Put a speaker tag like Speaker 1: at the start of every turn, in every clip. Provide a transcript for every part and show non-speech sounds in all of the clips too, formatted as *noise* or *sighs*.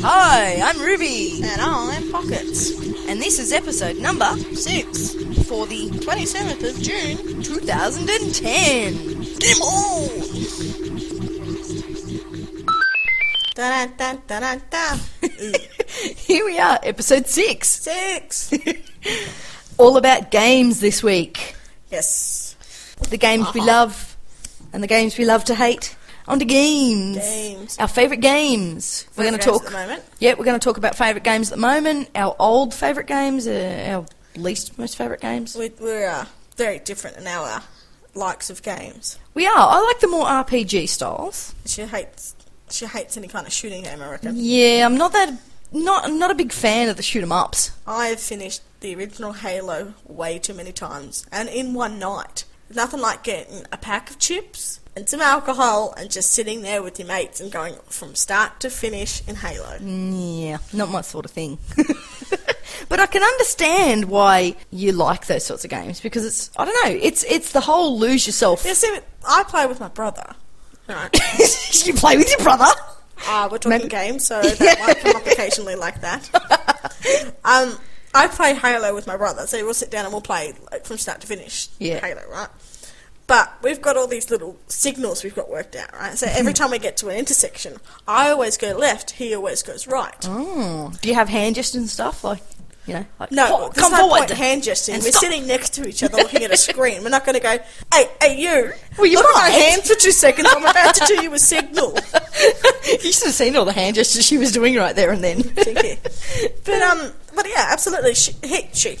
Speaker 1: Hi, I'm Ruby,
Speaker 2: And I am Pockets.
Speaker 1: and this is episode number
Speaker 2: Six for the 27th of June.
Speaker 1: 2010.
Speaker 2: Dim all! Da da da da da
Speaker 1: *laughs*
Speaker 2: da.
Speaker 1: *laughs* Here we are, episode 6.
Speaker 2: Six!
Speaker 1: *laughs* All about games this week.
Speaker 2: Yes.
Speaker 1: The games we
Speaker 2: Uh-huh.
Speaker 1: love and the games we love to hate. On to games.
Speaker 2: Games.
Speaker 1: Our favourite games. we're going to
Speaker 2: Favourite games
Speaker 1: talk.
Speaker 2: At the moment.
Speaker 1: Yeah, we're going to talk about favourite games at the moment, our old favourite games, uh, our least most favourite games.
Speaker 2: We, we're uh, very different in our likes of games.
Speaker 1: We are. I like the more RPG styles.
Speaker 2: She hates. She hates any kind of shooting game, I reckon.
Speaker 1: Yeah, I'm not that not I'm not a big fan of the shoot 'em ups.
Speaker 2: I've finished the original Halo way too many times, and in one night. Nothing like getting a pack of chips and some alcohol and just sitting there with your mates and going from start to finish in Halo.
Speaker 1: Yeah, not my sort of thing. *laughs* but I can understand why you like those sorts of games because it's I don't know, it's it's the whole lose yourself.
Speaker 2: You see, I play with my brother. Right.
Speaker 1: *laughs* you play with your brother.
Speaker 2: Uh, we're talking
Speaker 1: Maybe-
Speaker 2: games, so that might come
Speaker 1: *laughs*
Speaker 2: up occasionally like that. Um, I play Halo with my brother, so we'll sit down and we'll play like, from start to finish
Speaker 1: Yeah.
Speaker 2: Halo, right? But we've got all these little signals we've got worked out, right? So
Speaker 1: *laughs*
Speaker 2: every time we get to an intersection, I always go left, he always goes right.
Speaker 1: Oh, do you have hand gestures and stuff like you know? Like,
Speaker 2: No,
Speaker 1: "For-
Speaker 2: there's no
Speaker 1: *laughs*
Speaker 2: point in hand gesturing.
Speaker 1: and
Speaker 2: We're
Speaker 1: stop."
Speaker 2: sitting next to each other looking at a screen. We're not going to go, hey, hey, you,
Speaker 1: Well, you
Speaker 2: look at my
Speaker 1: might.
Speaker 2: hand for two seconds. I'm about to do you
Speaker 1: *laughs*
Speaker 2: a signal.
Speaker 1: you should have seen all the hand gestures she was doing right there and then. *laughs*
Speaker 2: Cheeky. But, um, but yeah, absolutely. She, he,
Speaker 1: *laughs*
Speaker 2: she.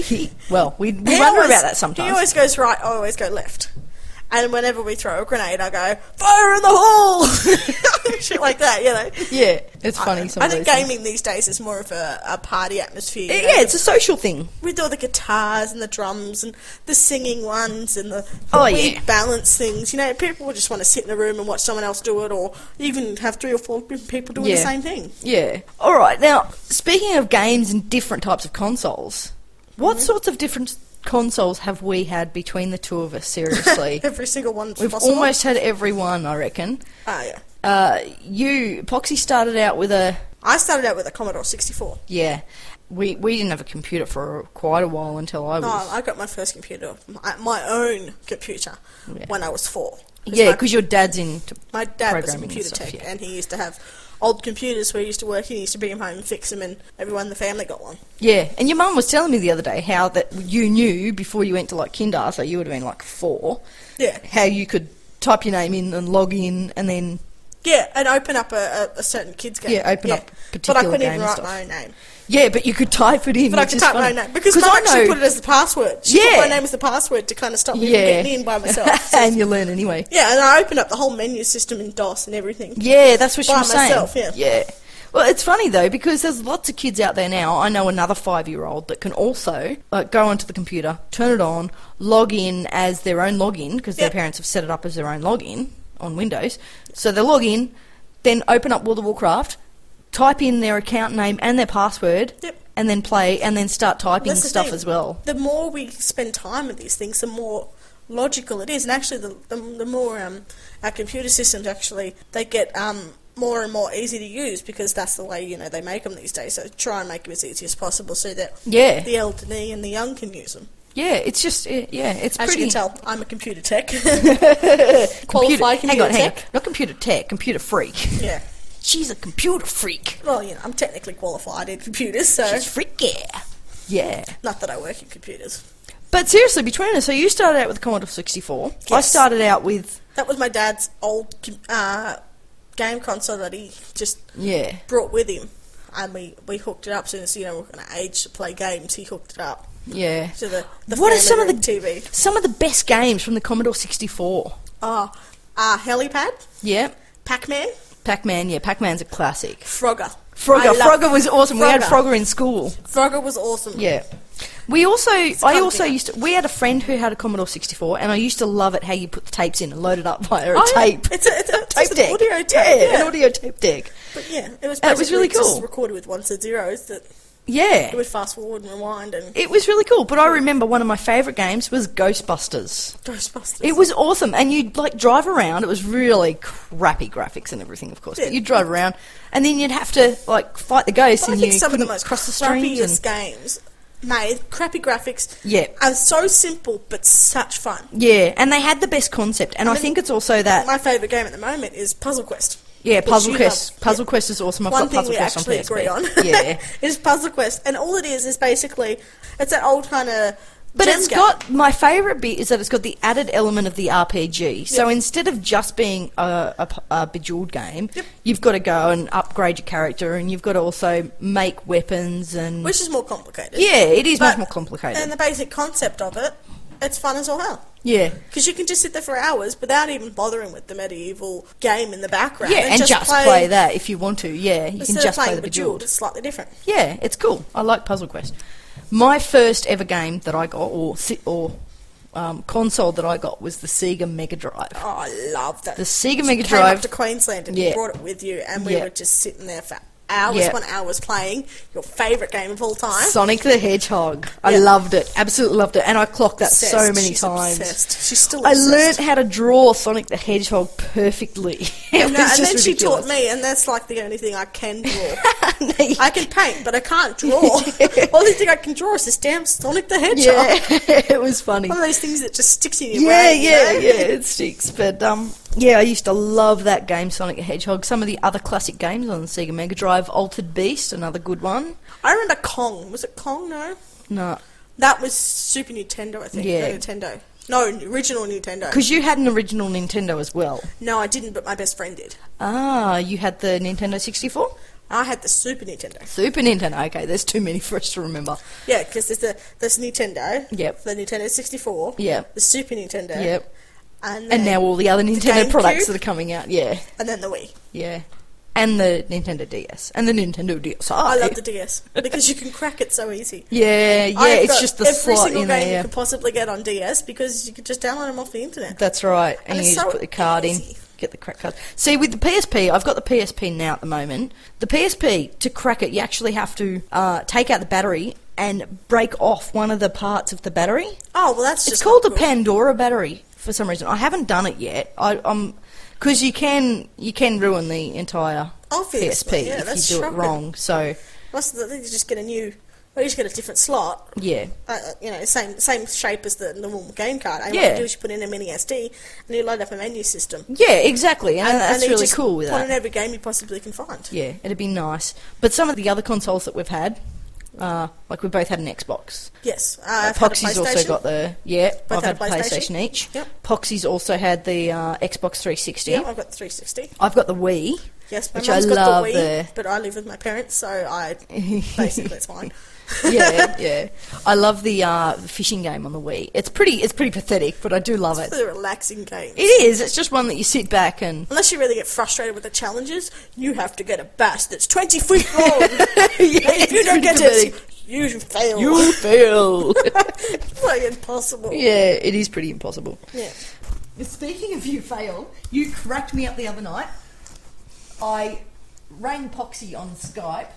Speaker 1: She, well, we, we
Speaker 2: He
Speaker 1: wonder
Speaker 2: always-
Speaker 1: about that
Speaker 2: He
Speaker 1: sometimes.
Speaker 2: always goes right, I always go left. And whenever we throw a grenade, I go, fire in the hole! *laughs* Shit like that, you know.
Speaker 1: yeah, it's funny.
Speaker 2: I,
Speaker 1: some of
Speaker 2: think
Speaker 1: those things.
Speaker 2: gaming these days is more of a, a party atmosphere. you
Speaker 1: Yeah,
Speaker 2: know,
Speaker 1: yeah, it's a social thing.
Speaker 2: With all the guitars and the drums and the singing ones and the, the
Speaker 1: Oh,
Speaker 2: weird
Speaker 1: yeah.
Speaker 2: balance things. You know, people just want to sit in a room and watch someone else do it or even have three or four people doing
Speaker 1: Yeah.
Speaker 2: the same thing.
Speaker 1: Yeah. All right. Now, speaking of games and different types of consoles, what
Speaker 2: Mm-hmm.
Speaker 1: sorts of different consoles have we had between the two of us?
Speaker 2: *laughs*
Speaker 1: Seriously,
Speaker 2: Every single one's
Speaker 1: we've
Speaker 2: possible.
Speaker 1: almost had every one, I reckon.
Speaker 2: Ah, yeah.
Speaker 1: Uh, you, Poxy, started out with a
Speaker 2: I started out with a Commodore 64.
Speaker 1: yeah. We we didn't have a computer for quite a while until I was.
Speaker 2: No, Oh, I got my first computer, my, my own computer,
Speaker 1: Yeah.
Speaker 2: when I was four.
Speaker 1: yeah,
Speaker 2: my,
Speaker 1: because your dad's into
Speaker 2: my dad was a
Speaker 1: programming and
Speaker 2: computer
Speaker 1: stuff,
Speaker 2: tech,
Speaker 1: yeah.
Speaker 2: and he used to have old computers where he used to work. He used to bring them home and fix them, and everyone in the family got one.
Speaker 1: Yeah, and your mum was telling me the other day how that you knew before you went to like kinder, so you would have been like four.
Speaker 2: Yeah.
Speaker 1: How you could type your name in and log in, and then
Speaker 2: Yeah, and open up a, a, a certain kids game.
Speaker 1: Yeah, open up
Speaker 2: But I
Speaker 1: particular
Speaker 2: couldn't
Speaker 1: game
Speaker 2: even
Speaker 1: and
Speaker 2: write
Speaker 1: stuff.
Speaker 2: my own name.
Speaker 1: yeah, but you could type it in.
Speaker 2: But I
Speaker 1: which
Speaker 2: could
Speaker 1: is
Speaker 2: type my
Speaker 1: funny.
Speaker 2: own name because
Speaker 1: 'Cause
Speaker 2: Mum
Speaker 1: I
Speaker 2: actually
Speaker 1: know-
Speaker 2: put it as the password. She
Speaker 1: Yeah.
Speaker 2: put my name as the password to kind of stop me
Speaker 1: Yeah.
Speaker 2: from getting in by myself.
Speaker 1: *laughs*
Speaker 2: So-
Speaker 1: and you learn anyway.
Speaker 2: yeah, and I opened up the whole menu system in DOS and everything.
Speaker 1: Yeah, that's what she
Speaker 2: By
Speaker 1: was
Speaker 2: myself,
Speaker 1: saying.
Speaker 2: yeah.
Speaker 1: yeah. Well, it's funny though because there's lots of kids out there now. I know another five-year-old that can also like go onto the computer, turn it on, log in as their own login because their
Speaker 2: Yep.
Speaker 1: parents have set it up as their own login on Windows. So they log in, then open up World of Warcraft, type in their account name and their password,
Speaker 2: Yep.
Speaker 1: and then play and then start typing
Speaker 2: That's the
Speaker 1: stuff
Speaker 2: thing.
Speaker 1: as well.
Speaker 2: The more we spend time with these things, the more logical it is, and actually, the the, the more um, our computer systems actually they get um, more and more easy to use because that's the way you know they make them these days. So try and make them as easy as possible so that
Speaker 1: Yeah.
Speaker 2: the elderly and the young can use them.
Speaker 1: Yeah, it's just it, yeah, it's
Speaker 2: As
Speaker 1: pretty
Speaker 2: you can tell, I'm a computer tech. *laughs*
Speaker 1: computer, hang
Speaker 2: Qualified computer
Speaker 1: on, hang on.
Speaker 2: tech.
Speaker 1: Not computer tech, computer freak.
Speaker 2: Yeah.
Speaker 1: *laughs* She's a computer freak.
Speaker 2: Well, you know, I'm technically qualified in computers, so
Speaker 1: She's freaky. Yeah.
Speaker 2: not that I work in computers.
Speaker 1: But seriously, between us, so you started out with Commodore 64. I
Speaker 2: Yes.
Speaker 1: started out with,
Speaker 2: That was my dad's old com- uh, game console that he just
Speaker 1: yeah.
Speaker 2: brought with him, and we, we hooked it up. Since you know, we're going to age to play games, he hooked it up
Speaker 1: Yeah.
Speaker 2: to the. the
Speaker 1: what are
Speaker 2: family
Speaker 1: some of the
Speaker 2: room TV?
Speaker 1: some of the best games from the Commodore 64?
Speaker 2: Oh, uh, Helipad,
Speaker 1: Yeah.
Speaker 2: Pac Man,
Speaker 1: Pac-Man, yeah, Pac-Man's a classic.
Speaker 2: Frogger. I
Speaker 1: Frogger,
Speaker 2: love-
Speaker 1: Frogger was awesome. We had
Speaker 2: Frogger.
Speaker 1: Frogger in school.
Speaker 2: Frogger was awesome.
Speaker 1: Yeah. We also, I
Speaker 2: kind of
Speaker 1: also
Speaker 2: thing.
Speaker 1: used to, we had a friend who had a Commodore 64, and I used to love it how you put the tapes in and load it up via a
Speaker 2: Oh, yeah.
Speaker 1: tape.
Speaker 2: It's a, it's a it's
Speaker 1: tape
Speaker 2: an
Speaker 1: deck.
Speaker 2: audio tape.
Speaker 1: Yeah,
Speaker 2: Yeah,
Speaker 1: an audio tape deck.
Speaker 2: But yeah, it was.
Speaker 1: That was
Speaker 2: basically
Speaker 1: really
Speaker 2: just
Speaker 1: cool.
Speaker 2: recorded with ones and zeros that
Speaker 1: Yeah.
Speaker 2: It would fast forward and rewind and
Speaker 1: It was really cool, but I remember one of my favourite games was Ghostbusters.
Speaker 2: Ghostbusters.
Speaker 1: It was awesome, and you'd like drive around. It was really crappy graphics and everything, of course. But
Speaker 2: Yeah.
Speaker 1: you'd drive around, and then you'd have to like fight the ghosts,
Speaker 2: But I
Speaker 1: and
Speaker 2: think
Speaker 1: you
Speaker 2: some of the
Speaker 1: couldn't
Speaker 2: most
Speaker 1: cross the streams.
Speaker 2: crappiest
Speaker 1: And,
Speaker 2: games made crappy graphics.
Speaker 1: Yeah.
Speaker 2: are so simple but such fun.
Speaker 1: yeah, and they had the best concept, and I, think it's also that
Speaker 2: My favorite game at the moment is Puzzle Quest.
Speaker 1: yeah,
Speaker 2: which
Speaker 1: Puzzle
Speaker 2: you
Speaker 1: Quest.
Speaker 2: love.
Speaker 1: Puzzle Quest is awesome. I've
Speaker 2: One
Speaker 1: got
Speaker 2: thing
Speaker 1: Puzzle
Speaker 2: we
Speaker 1: Quest
Speaker 2: actually
Speaker 1: on PSP.
Speaker 2: agree on
Speaker 1: *laughs*
Speaker 2: *laughs*
Speaker 1: yeah,
Speaker 2: is Puzzle Quest, and all it is is basically it's that old kind of.
Speaker 1: But it's got my favourite bit is that it's got the added element of the RPG. So instead of just being a, a p- a bejeweled game,
Speaker 2: Yep.
Speaker 1: you've got to go and upgrade your character, and you've got to also make weapons and
Speaker 2: which is more complicated.
Speaker 1: yeah, it is much
Speaker 2: But-
Speaker 1: more complicated.
Speaker 2: And the basic concept of it, it's fun as all hell.
Speaker 1: yeah,
Speaker 2: Because you can just sit there for hours without even bothering with the medieval game in the background.
Speaker 1: yeah, and, just, play, that if you want to. Yeah, you can
Speaker 2: Instead
Speaker 1: just
Speaker 2: of
Speaker 1: play
Speaker 2: playing
Speaker 1: the
Speaker 2: Bejeweled,
Speaker 1: bejeweled.
Speaker 2: it's slightly different.
Speaker 1: Yeah, it's cool. I like Puzzle Quest. My first ever game that I got, or si- or um, console that I got, was the Sega Mega Drive.
Speaker 2: Oh, I love that.
Speaker 1: The Sega Mega
Speaker 2: came
Speaker 1: Drive.
Speaker 2: up to Queensland and
Speaker 1: Yeah.
Speaker 2: you brought it with you, and we
Speaker 1: Yeah.
Speaker 2: were just sitting there for hours
Speaker 1: Yeah.
Speaker 2: upon hours playing your favourite game of all time.
Speaker 1: Sonic the Hedgehog. I
Speaker 2: Yeah.
Speaker 1: loved it. Absolutely loved it. And I clocked that so
Speaker 2: Obsessed.
Speaker 1: many
Speaker 2: She's
Speaker 1: times.
Speaker 2: obsessed. She's still
Speaker 1: I
Speaker 2: obsessed.
Speaker 1: learnt how to draw Sonic the Hedgehog perfectly. *laughs* it
Speaker 2: And,
Speaker 1: was
Speaker 2: that- and
Speaker 1: just
Speaker 2: then she
Speaker 1: ridiculous.
Speaker 2: taught me, and that's like the only thing
Speaker 1: *laughs*
Speaker 2: I can draw.
Speaker 1: me.
Speaker 2: *laughs* I can paint, but I can't draw. Only thing I can draw is this damn Sonic the Hedgehog.
Speaker 1: *laughs* yeah, *laughs* it was funny.
Speaker 2: *laughs* One of those things that just sticks in your
Speaker 1: Yeah,
Speaker 2: brain. you
Speaker 1: yeah,
Speaker 2: know?
Speaker 1: yeah, it sticks. But um, yeah, I used to love that game, Sonic the Hedgehog. Some of the other classic games on the Sega Mega Drive, Altered Beast, another good one.
Speaker 2: I remember Kong. Was it Kong? No,
Speaker 1: No,
Speaker 2: that was Super Nintendo. I think.
Speaker 1: Yeah.
Speaker 2: No, Nintendo. No, original Nintendo.
Speaker 1: because you had an original Nintendo as well.
Speaker 2: No, I didn't, but my best friend did.
Speaker 1: Ah, you had the Nintendo 64,
Speaker 2: I had the Super Nintendo.
Speaker 1: Super Nintendo. Okay, there's too many for us to remember.
Speaker 2: Yeah, because there's the there's Nintendo.
Speaker 1: Yep.
Speaker 2: The Nintendo 64.
Speaker 1: Yep.
Speaker 2: The Super Nintendo.
Speaker 1: Yep.
Speaker 2: And then,
Speaker 1: And now all the other Nintendo
Speaker 2: GameCube?
Speaker 1: products that are coming out. Yeah,
Speaker 2: and then the Wii.
Speaker 1: yeah. And the Nintendo DS. And the Nintendo DSi.
Speaker 2: I love the DS because you can crack it
Speaker 1: *laughs*
Speaker 2: so easy.
Speaker 1: Yeah, yeah,
Speaker 2: I've
Speaker 1: it's
Speaker 2: got
Speaker 1: just the
Speaker 2: every
Speaker 1: slot
Speaker 2: single
Speaker 1: in
Speaker 2: game
Speaker 1: there.
Speaker 2: you
Speaker 1: yeah.
Speaker 2: could possibly get on DS because you could just download them off the internet.
Speaker 1: That's right. And,
Speaker 2: And
Speaker 1: you
Speaker 2: it's
Speaker 1: just
Speaker 2: so
Speaker 1: put the card in,
Speaker 2: easy.
Speaker 1: get the crack card. See, with the PSP, I've got the PSP now at the moment. The PSP, to crack it, you actually have to uh, take out the battery and break off one of the parts of the battery.
Speaker 2: Oh well, that's just
Speaker 1: It's called
Speaker 2: not
Speaker 1: a
Speaker 2: cool.
Speaker 1: Pandora battery for some reason. I haven't done it yet. I, I'm because you can you can ruin the entire
Speaker 2: Obviously,
Speaker 1: PSP
Speaker 2: yeah,
Speaker 1: if
Speaker 2: that's
Speaker 1: you do
Speaker 2: shocking.
Speaker 1: it wrong. So
Speaker 2: Most of the things you just get a new, well, you just get a different slot.
Speaker 1: yeah,
Speaker 2: Uh, uh, you know, same same shape as the normal game card. And What
Speaker 1: Yeah.
Speaker 2: you do is you put in a mini SD and you load up a menu system.
Speaker 1: yeah, exactly, and, uh,
Speaker 2: and
Speaker 1: that's
Speaker 2: then you
Speaker 1: really
Speaker 2: just
Speaker 1: cool with
Speaker 2: put
Speaker 1: that.
Speaker 2: in every game you possibly can find.
Speaker 1: Yeah, it'd be nice. But some of the other consoles that we've had, uh, like we both had an Xbox.
Speaker 2: Yes, uh,
Speaker 1: Uh,
Speaker 2: I've had a
Speaker 1: Poxy's also
Speaker 2: PlayStation.
Speaker 1: got the yeah.
Speaker 2: Both
Speaker 1: I've had
Speaker 2: had
Speaker 1: a
Speaker 2: a
Speaker 1: PlayStation,
Speaker 2: PlayStation.
Speaker 1: each.
Speaker 2: Yep.
Speaker 1: Poxy's also had the uh, Xbox 360.
Speaker 2: Yeah, I've got the 360.
Speaker 1: I've got the Wii.
Speaker 2: Yes, my
Speaker 1: Which I
Speaker 2: mum's got
Speaker 1: love
Speaker 2: the Wii,
Speaker 1: the-
Speaker 2: but I live with my parents, so
Speaker 1: *laughs*
Speaker 2: I basically that's mine.
Speaker 1: yeah, yeah. I love the uh, fishing game on the Wii. It's pretty. It's pretty pathetic, *laughs* but I do love it.
Speaker 2: It's a relaxing game.
Speaker 1: It is. It's just one that you sit back
Speaker 2: *laughs*
Speaker 1: and
Speaker 2: Unless you really get frustrated with the challenges, you have to get a bass that's 20 feet
Speaker 1: *laughs*
Speaker 2: long. and if you
Speaker 1: it's
Speaker 2: don't
Speaker 1: really
Speaker 2: get
Speaker 1: pathetic.
Speaker 2: it, you
Speaker 1: *laughs*
Speaker 2: fail.
Speaker 1: you fail.
Speaker 2: it's like impossible.
Speaker 1: *laughs* yeah, it is pretty impossible.
Speaker 2: Yeah.
Speaker 1: Speaking of you fail, you cracked me up the other night. I rang Poxy on *laughs* Skype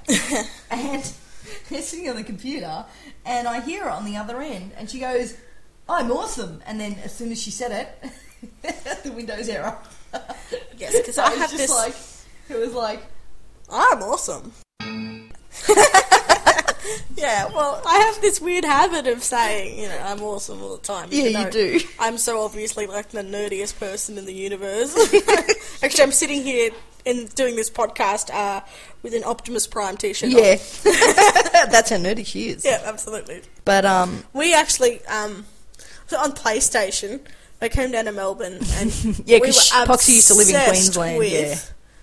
Speaker 1: and *laughs* they're sitting on the computer and I hear her on the other end and she goes, I'm awesome. And then as soon as she said it, *laughs* the Windows error.
Speaker 2: Yes, 'cause
Speaker 1: So *laughs*
Speaker 2: I
Speaker 1: it was
Speaker 2: have
Speaker 1: just
Speaker 2: this-
Speaker 1: Like, it was like, *laughs*
Speaker 2: I'm awesome. yeah, well, I have this weird habit of saying, you know, I'm awesome all the time.
Speaker 1: Yeah,
Speaker 2: even
Speaker 1: you
Speaker 2: though
Speaker 1: do.
Speaker 2: I'm so obviously like the nerdiest person in the universe.
Speaker 1: *laughs*
Speaker 2: Actually, I'm sitting here and doing this podcast uh, with an Optimus Prime t-shirt. on.
Speaker 1: yeah. *laughs* That's how nerdy she is.
Speaker 2: yeah, absolutely.
Speaker 1: But, um,
Speaker 2: We actually, um, so on PlayStation, I came down to Melbourne and
Speaker 1: *laughs* yeah,
Speaker 2: we
Speaker 1: because
Speaker 2: were
Speaker 1: Poxy used to live in
Speaker 2: obsessed
Speaker 1: Queensland.
Speaker 2: with
Speaker 1: Yeah.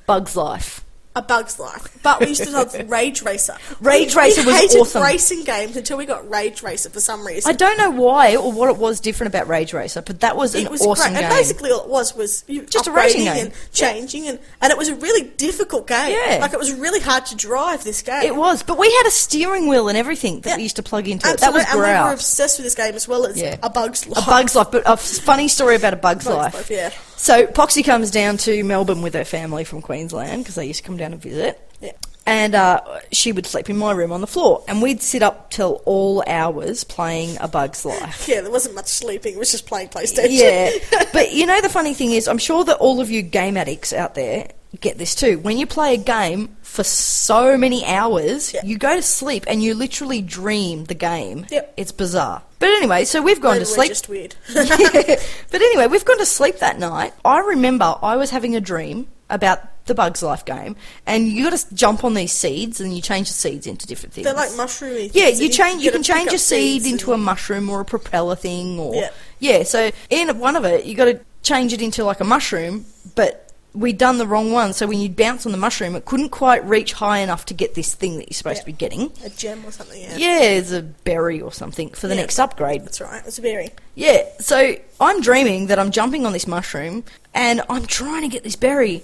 Speaker 1: Bugs Life.
Speaker 2: A Bug's Life, but we used
Speaker 1: *laughs*
Speaker 2: to love Rage Racer.
Speaker 1: Rage
Speaker 2: We-
Speaker 1: Racer
Speaker 2: we
Speaker 1: was
Speaker 2: hated
Speaker 1: awesome.
Speaker 2: racing games until we got Rage Racer for some reason.
Speaker 1: I don't know why or what it was different about Rage Racer, but that was an
Speaker 2: it was
Speaker 1: awesome
Speaker 2: great.
Speaker 1: game.
Speaker 2: And basically, all it was was you
Speaker 1: Just a
Speaker 2: upgrading
Speaker 1: racing game.
Speaker 2: and changing, and, and it was a really difficult game.
Speaker 1: Yeah.
Speaker 2: like it was really hard to drive this game.
Speaker 1: It was, but we had a steering wheel and everything that
Speaker 2: Yeah.
Speaker 1: we used to plug into
Speaker 2: Absolutely.
Speaker 1: it. That
Speaker 2: and
Speaker 1: was
Speaker 2: we
Speaker 1: Growl.
Speaker 2: were obsessed with this game as well as
Speaker 1: Yeah.
Speaker 2: a Bug's Life.
Speaker 1: a bug's life, but a funny story about a bug's,
Speaker 2: Bug's
Speaker 1: life.
Speaker 2: Life, yeah.
Speaker 1: So Poxy comes down to Melbourne with her family from Queensland because they used to come down and visit.
Speaker 2: Yeah.
Speaker 1: and uh, she would sleep in my room on the floor, and we'd sit up till all hours playing A Bug's Life.
Speaker 2: Yeah, there wasn't much sleeping. It was just playing *laughs* PlayStation.
Speaker 1: Yeah, but you know the funny thing is, I'm sure that all of you game addicts out there get this too. When you play a game for so many hours,
Speaker 2: Yeah.
Speaker 1: you go to sleep and you literally dream the game.
Speaker 2: Yep.
Speaker 1: It's bizarre. But anyway, so we've gone
Speaker 2: They
Speaker 1: to
Speaker 2: were
Speaker 1: sleep.
Speaker 2: just *laughs* weird.
Speaker 1: Yeah. *laughs* But anyway, we've gone to sleep that night. I remember I was having a dream about the Bugs Life game, and you got to jump on these seeds, and you change the seeds into different things.
Speaker 2: They're like mushroomy.
Speaker 1: Yeah,
Speaker 2: things,
Speaker 1: you
Speaker 2: and
Speaker 1: change. You
Speaker 2: gotta
Speaker 1: can change
Speaker 2: pick
Speaker 1: a
Speaker 2: up
Speaker 1: seed
Speaker 2: seeds
Speaker 1: into a
Speaker 2: and-
Speaker 1: mushroom or a propeller thing, or
Speaker 2: Yeah.
Speaker 1: Yeah, So in one of it, you got to change it into like a mushroom, but we done the wrong one. So when you bounce on the mushroom, it couldn't quite reach high enough to get this thing that you're supposed
Speaker 2: Yeah.
Speaker 1: to be getting.
Speaker 2: a gem or something. Yeah,
Speaker 1: Yeah, it's a berry or something for the
Speaker 2: Yeah.
Speaker 1: next upgrade.
Speaker 2: that's right. It's a berry.
Speaker 1: Yeah, so I'm dreaming that I'm jumping on this mushroom and I'm trying to get this berry.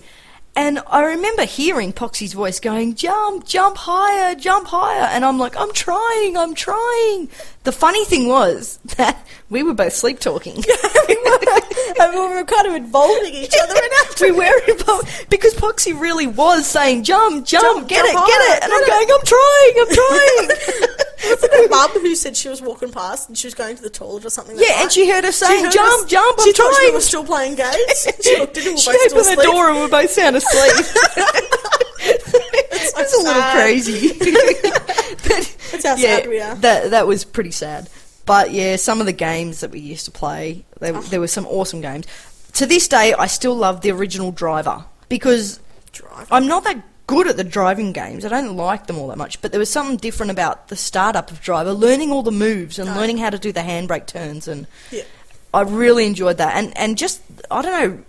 Speaker 1: And I remember hearing Poxy's voice going, Jump, jump higher, jump higher. And I'm like, I'm trying, I'm trying. The funny thing was *laughs* that we were both sleep talking. *laughs*
Speaker 2: and we were kind of involving each other in *laughs* it.
Speaker 1: we were in po- because Poxy really was saying, Jump, jump,
Speaker 2: Jump,
Speaker 1: get
Speaker 2: jump
Speaker 1: it,
Speaker 2: higher,
Speaker 1: get it. And I'm going, I'm trying, I'm trying. *laughs*
Speaker 2: It's *laughs* like a mum who said she was walking past and she was going to the toilet or something. that
Speaker 1: Yeah, and
Speaker 2: night.
Speaker 1: she heard us saying,
Speaker 2: heard
Speaker 1: "Jump,
Speaker 2: us-
Speaker 1: jump, I'm
Speaker 2: she thought
Speaker 1: trying."
Speaker 2: We were still playing
Speaker 1: *laughs*
Speaker 2: games. She looked into
Speaker 1: she
Speaker 2: both still
Speaker 1: opened the
Speaker 2: asleep.
Speaker 1: door and we both sound asleep. it's a little
Speaker 2: sad.
Speaker 1: crazy.
Speaker 2: *laughs*
Speaker 1: but,
Speaker 2: That's how sad we are.
Speaker 1: That that was pretty sad. But yeah, some of the games that we used to play, there,
Speaker 2: Oh.
Speaker 1: there were some awesome games. To this day, I still love the original Driver because
Speaker 2: Drive.
Speaker 1: I'm not that good at the driving games. I don't like them all that much. But there was something different about the startup of Driver, learning all the moves and learning how to do the handbrake turns, and
Speaker 2: Yeah.
Speaker 1: I really enjoyed that. And and just I don't know,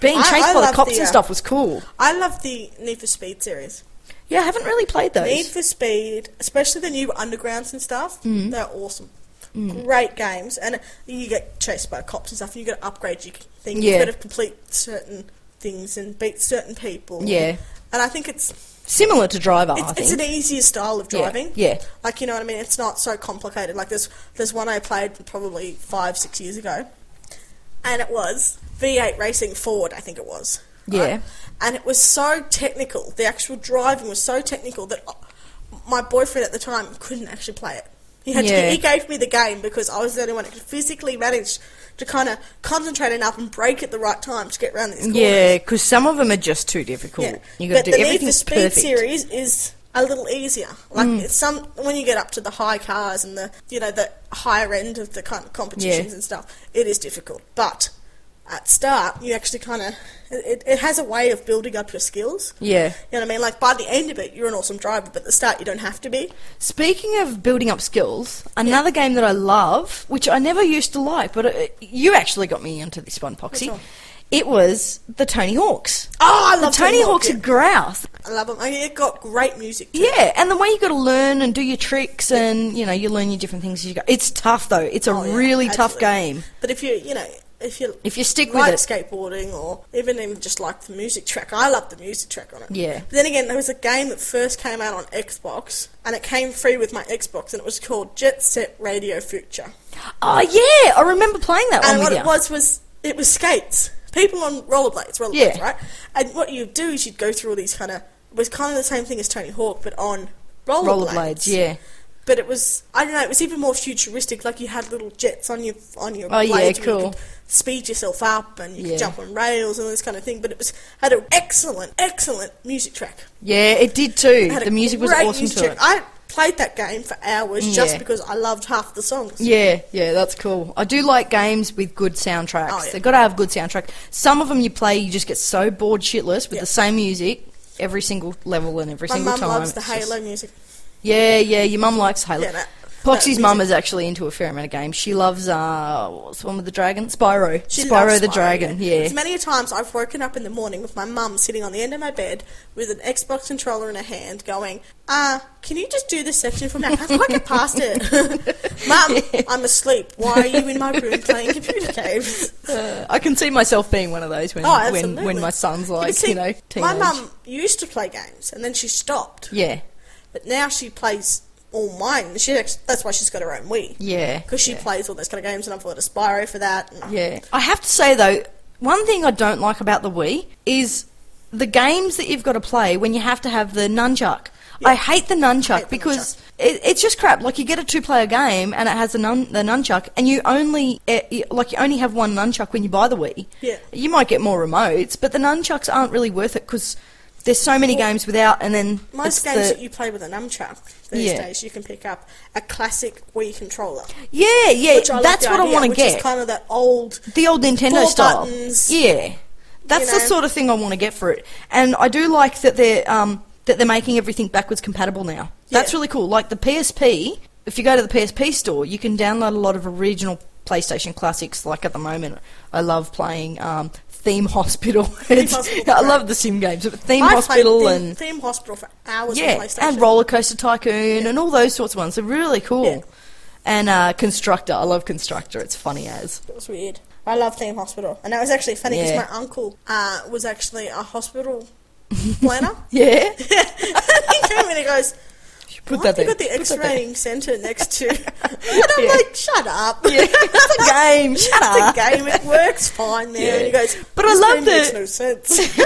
Speaker 1: being
Speaker 2: I-
Speaker 1: chased
Speaker 2: I
Speaker 1: by
Speaker 2: love
Speaker 1: the cops
Speaker 2: the,
Speaker 1: and
Speaker 2: uh,
Speaker 1: stuff was cool.
Speaker 2: I love the Need for Speed series.
Speaker 1: Yeah, I haven't really played those.
Speaker 2: Need for Speed, especially the new undergrounds and stuff,
Speaker 1: Mm.
Speaker 2: they're awesome. Great games, and you get chased by cops and stuff. You got to upgrade your things.
Speaker 1: Yeah.
Speaker 2: You got to complete certain things and beat certain people.
Speaker 1: Yeah.
Speaker 2: and I think it's
Speaker 1: Similar to Driver, I
Speaker 2: it's,
Speaker 1: think.
Speaker 2: it's an easier style of
Speaker 1: Yeah,
Speaker 2: driving.
Speaker 1: yeah.
Speaker 2: like you know what I mean. It's not so complicated. Like there's there's one I played probably five six years ago, and it was V8 Racing Ford, I think it was.
Speaker 1: Yeah.
Speaker 2: and it was so technical. The actual driving was so technical that uh, my boyfriend at the time couldn't actually play it. He had
Speaker 1: Yeah.
Speaker 2: to, he gave me the game because I was the only one that could physically manage to kind of concentrate enough and break at the right time to get around these corners.
Speaker 1: yeah, because some of them are just too difficult. You got
Speaker 2: but
Speaker 1: to do
Speaker 2: the Need
Speaker 1: everything
Speaker 2: for Speed
Speaker 1: perfect. Mm.
Speaker 2: series is a little easier. Like it's some when you get up to the high cars and the you know the higher end of the kind of competitions
Speaker 1: Yeah.
Speaker 2: and stuff, it is difficult. But at start, you actually kind of it, it has a way of building up your skills.
Speaker 1: Yeah.
Speaker 2: You know what I mean? Like by the end of it, you're an awesome driver, but at the start, you don't have to be.
Speaker 1: Speaking of building up skills, another game that I love, which I never used to like, but uh you actually got me into this one, Poxy.
Speaker 2: Which one?
Speaker 1: It was the Tony Hawks.
Speaker 2: Oh, I
Speaker 1: the
Speaker 2: love
Speaker 1: Tony, Hawks
Speaker 2: Yeah.
Speaker 1: are grouse.
Speaker 2: I love them. It got great music. Too.
Speaker 1: Yeah, and the way you got to learn and do your tricks, and you know you learn your different things. As you go. It's tough though. It's a
Speaker 2: Oh, yeah,
Speaker 1: really tough
Speaker 2: absolutely.
Speaker 1: game.
Speaker 2: But if you, you know, if you
Speaker 1: If you stick with
Speaker 2: like
Speaker 1: it.
Speaker 2: skateboarding or even even just like the music track, I love the music track on it.
Speaker 1: Yeah.
Speaker 2: But then again, there was a game that first came out on Xbox, and it came free with my Xbox, and it was called Jet Set Radio Future.
Speaker 1: Oh yeah, I remember playing that
Speaker 2: And
Speaker 1: one
Speaker 2: what
Speaker 1: with
Speaker 2: it
Speaker 1: you.
Speaker 2: was was it was skates, people on rollerblades, rollerblades,
Speaker 1: Yeah.
Speaker 2: right? And what you'd do is you'd go through all these kind of it was kind of the same thing as Tony Hawk, but on rollerblades.
Speaker 1: Rollerblades, yeah.
Speaker 2: But it was I don't know, it was even more futuristic. Like you had little jets on your on your
Speaker 1: Oh, yeah,
Speaker 2: blades and
Speaker 1: cool.
Speaker 2: You could speed yourself up and you
Speaker 1: Yeah.
Speaker 2: could jump on rails and all this kind of thing. But it was had an excellent, excellent music track.
Speaker 1: Yeah, it did
Speaker 2: It
Speaker 1: too.
Speaker 2: had a
Speaker 1: The music was
Speaker 2: great
Speaker 1: awesome
Speaker 2: music
Speaker 1: to
Speaker 2: track.
Speaker 1: it.
Speaker 2: I played that game for hours just
Speaker 1: Yeah.
Speaker 2: because I loved half the songs.
Speaker 1: Yeah, yeah, that's cool. I do like games with good soundtracks.
Speaker 2: Oh, yeah.
Speaker 1: They've got to have good soundtrack. Some of them you play, you just get so bored shitless with
Speaker 2: Yeah.
Speaker 1: the same music every single level and every
Speaker 2: My
Speaker 1: single
Speaker 2: mum
Speaker 1: time.
Speaker 2: loves the
Speaker 1: It's just-
Speaker 2: Halo music.
Speaker 1: yeah, yeah, your mum likes Halo.
Speaker 2: Yeah, that-
Speaker 1: Poxy's
Speaker 2: that
Speaker 1: mum is
Speaker 2: music.
Speaker 1: actually into a fair amount of games. She loves uh, what's the one with the dragon? Spyro.
Speaker 2: She
Speaker 1: Spyro
Speaker 2: loves
Speaker 1: the Dragon. Yeah.
Speaker 2: As many a times I've woken up in the morning with my mum sitting on the end of my bed with an Xbox controller in her hand, going, "Uh, can you just do this section from now? How do I get past it, *laughs* Mum?
Speaker 1: *laughs*
Speaker 2: I'm asleep. Why are you in my room playing computer *laughs* games?"
Speaker 1: I can see myself being one of those when
Speaker 2: Oh,
Speaker 1: when,
Speaker 2: absolutely.
Speaker 1: when my son's
Speaker 2: But
Speaker 1: like you,
Speaker 2: see,
Speaker 1: know
Speaker 2: my
Speaker 1: teenage.
Speaker 2: mum used to play games and then she stopped,
Speaker 1: Yeah,
Speaker 2: but now she plays all mine. She actually, that's why she's got her own Wii.
Speaker 1: yeah.
Speaker 2: Because she plays all those kind of games, and I've got a Spyro for that. and-
Speaker 1: Yeah. I have to say though, one thing I don't like about the Wii is the games that you've got to play when you have to have the nunchuck. I hate the nunchuck
Speaker 2: Hate the
Speaker 1: because It, it's just crap. Like you get a two-player game and it has the nun the nunchuck, and you only eh, you- like you only have one nunchuck when you buy the Wii.
Speaker 2: Yeah.
Speaker 1: you might get more remotes, but the nunchucks aren't really worth it because there's so many games without, and then
Speaker 2: Most
Speaker 1: it's
Speaker 2: games
Speaker 1: the-
Speaker 2: that you play with a nunchuck these
Speaker 1: Yeah.
Speaker 2: days, you can pick up a classic Wii controller.
Speaker 1: yeah, yeah,
Speaker 2: Which I like
Speaker 1: that's
Speaker 2: the
Speaker 1: what I
Speaker 2: idea,
Speaker 1: want to
Speaker 2: which
Speaker 1: get.
Speaker 2: is kind of that old.
Speaker 1: The old Nintendo
Speaker 2: Four
Speaker 1: style.
Speaker 2: buttons,
Speaker 1: yeah. That's
Speaker 2: you
Speaker 1: the
Speaker 2: know.
Speaker 1: sort of thing I want to get for it. And I do like that they're um, that they're making everything backwards compatible now. That's
Speaker 2: Yeah.
Speaker 1: really cool. Like the PSP, if you go to the PSP store, you can download a lot of original PlayStation classics. Like at the moment, I love playing um, Theme
Speaker 2: *laughs*
Speaker 1: Hospital. It's-
Speaker 2: Hospital,
Speaker 1: I
Speaker 2: right.
Speaker 1: love the sim games, but Theme
Speaker 2: I
Speaker 1: Hospital
Speaker 2: played
Speaker 1: and
Speaker 2: theme, theme hospital for hours. on
Speaker 1: yeah,
Speaker 2: PlayStation.
Speaker 1: and Roller Coaster Tycoon and all those sorts of ones. They're really cool.
Speaker 2: Yeah.
Speaker 1: And uh, Constructor, I love Constructor. It's funny as.
Speaker 2: It was weird. I love Theme Hospital, and that was actually funny because
Speaker 1: Yeah.
Speaker 2: my uncle uh, was actually a hospital planner. *laughs*
Speaker 1: Yeah.
Speaker 2: he came in
Speaker 1: *laughs*
Speaker 2: and goes,
Speaker 1: Put
Speaker 2: "What?
Speaker 1: that there.
Speaker 2: You got the
Speaker 1: Put that there.
Speaker 2: X-raying centre next
Speaker 1: *laughs*
Speaker 2: to," and I'm
Speaker 1: Yeah.
Speaker 2: like, "Shut up."
Speaker 1: *laughs*
Speaker 2: *laughs*
Speaker 1: Yeah, it's a game. Shut
Speaker 2: It's
Speaker 1: up.
Speaker 2: a game. It works fine, man.
Speaker 1: Yeah.
Speaker 2: And he goes,
Speaker 1: But I
Speaker 2: "This
Speaker 1: love
Speaker 2: game makes
Speaker 1: the-
Speaker 2: no sense."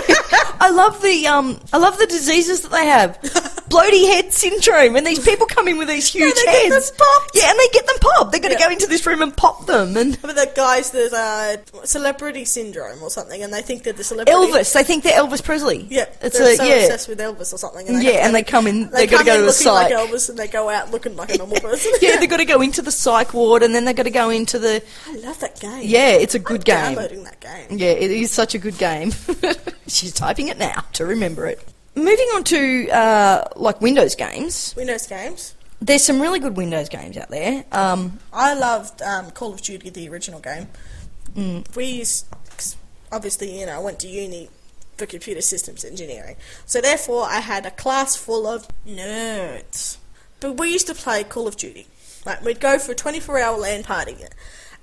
Speaker 1: I love the um. I love the diseases that they
Speaker 2: *laughs*
Speaker 1: have. Bloaty head syndrome, and these people come in with these huge
Speaker 2: they get them
Speaker 1: heads.
Speaker 2: popped.
Speaker 1: Yeah, and they get them popped. They're going to
Speaker 2: Yeah.
Speaker 1: go into this room and pop them. And
Speaker 2: But that guy's there's uh, celebrity syndrome or something, and they think they're the celebrity.
Speaker 1: Elvis, they think they're Elvis Presley.
Speaker 2: Yeah,
Speaker 1: it's
Speaker 2: they're
Speaker 1: a
Speaker 2: so
Speaker 1: yeah,
Speaker 2: obsessed with Elvis or something.
Speaker 1: Yeah,
Speaker 2: have to
Speaker 1: and they come in- they
Speaker 2: They
Speaker 1: gotta
Speaker 2: come
Speaker 1: go
Speaker 2: in
Speaker 1: to the
Speaker 2: looking like
Speaker 1: psych.
Speaker 2: Elvis, and they go out looking like a normal person.
Speaker 1: *laughs*
Speaker 2: *laughs*
Speaker 1: yeah. They're going to go into the psych ward, and then they're going to go into the
Speaker 2: I love that game.
Speaker 1: yeah. It's a good game.
Speaker 2: I'm downloading that game.
Speaker 1: Yeah, it is such a good game. *laughs* She's typing it now to remember it. Moving on to uh, like Windows games.
Speaker 2: Windows games.
Speaker 1: There's some really good Windows games out there. Um, *laughs*
Speaker 2: I loved um, Call of Duty, the original game. We used, 'cause obviously, you know, I went to uni for computer systems engineering. So therefore, I had a class full of nerds. But we used to play Call of Duty. Like, we'd go for a 24 hour LAN party.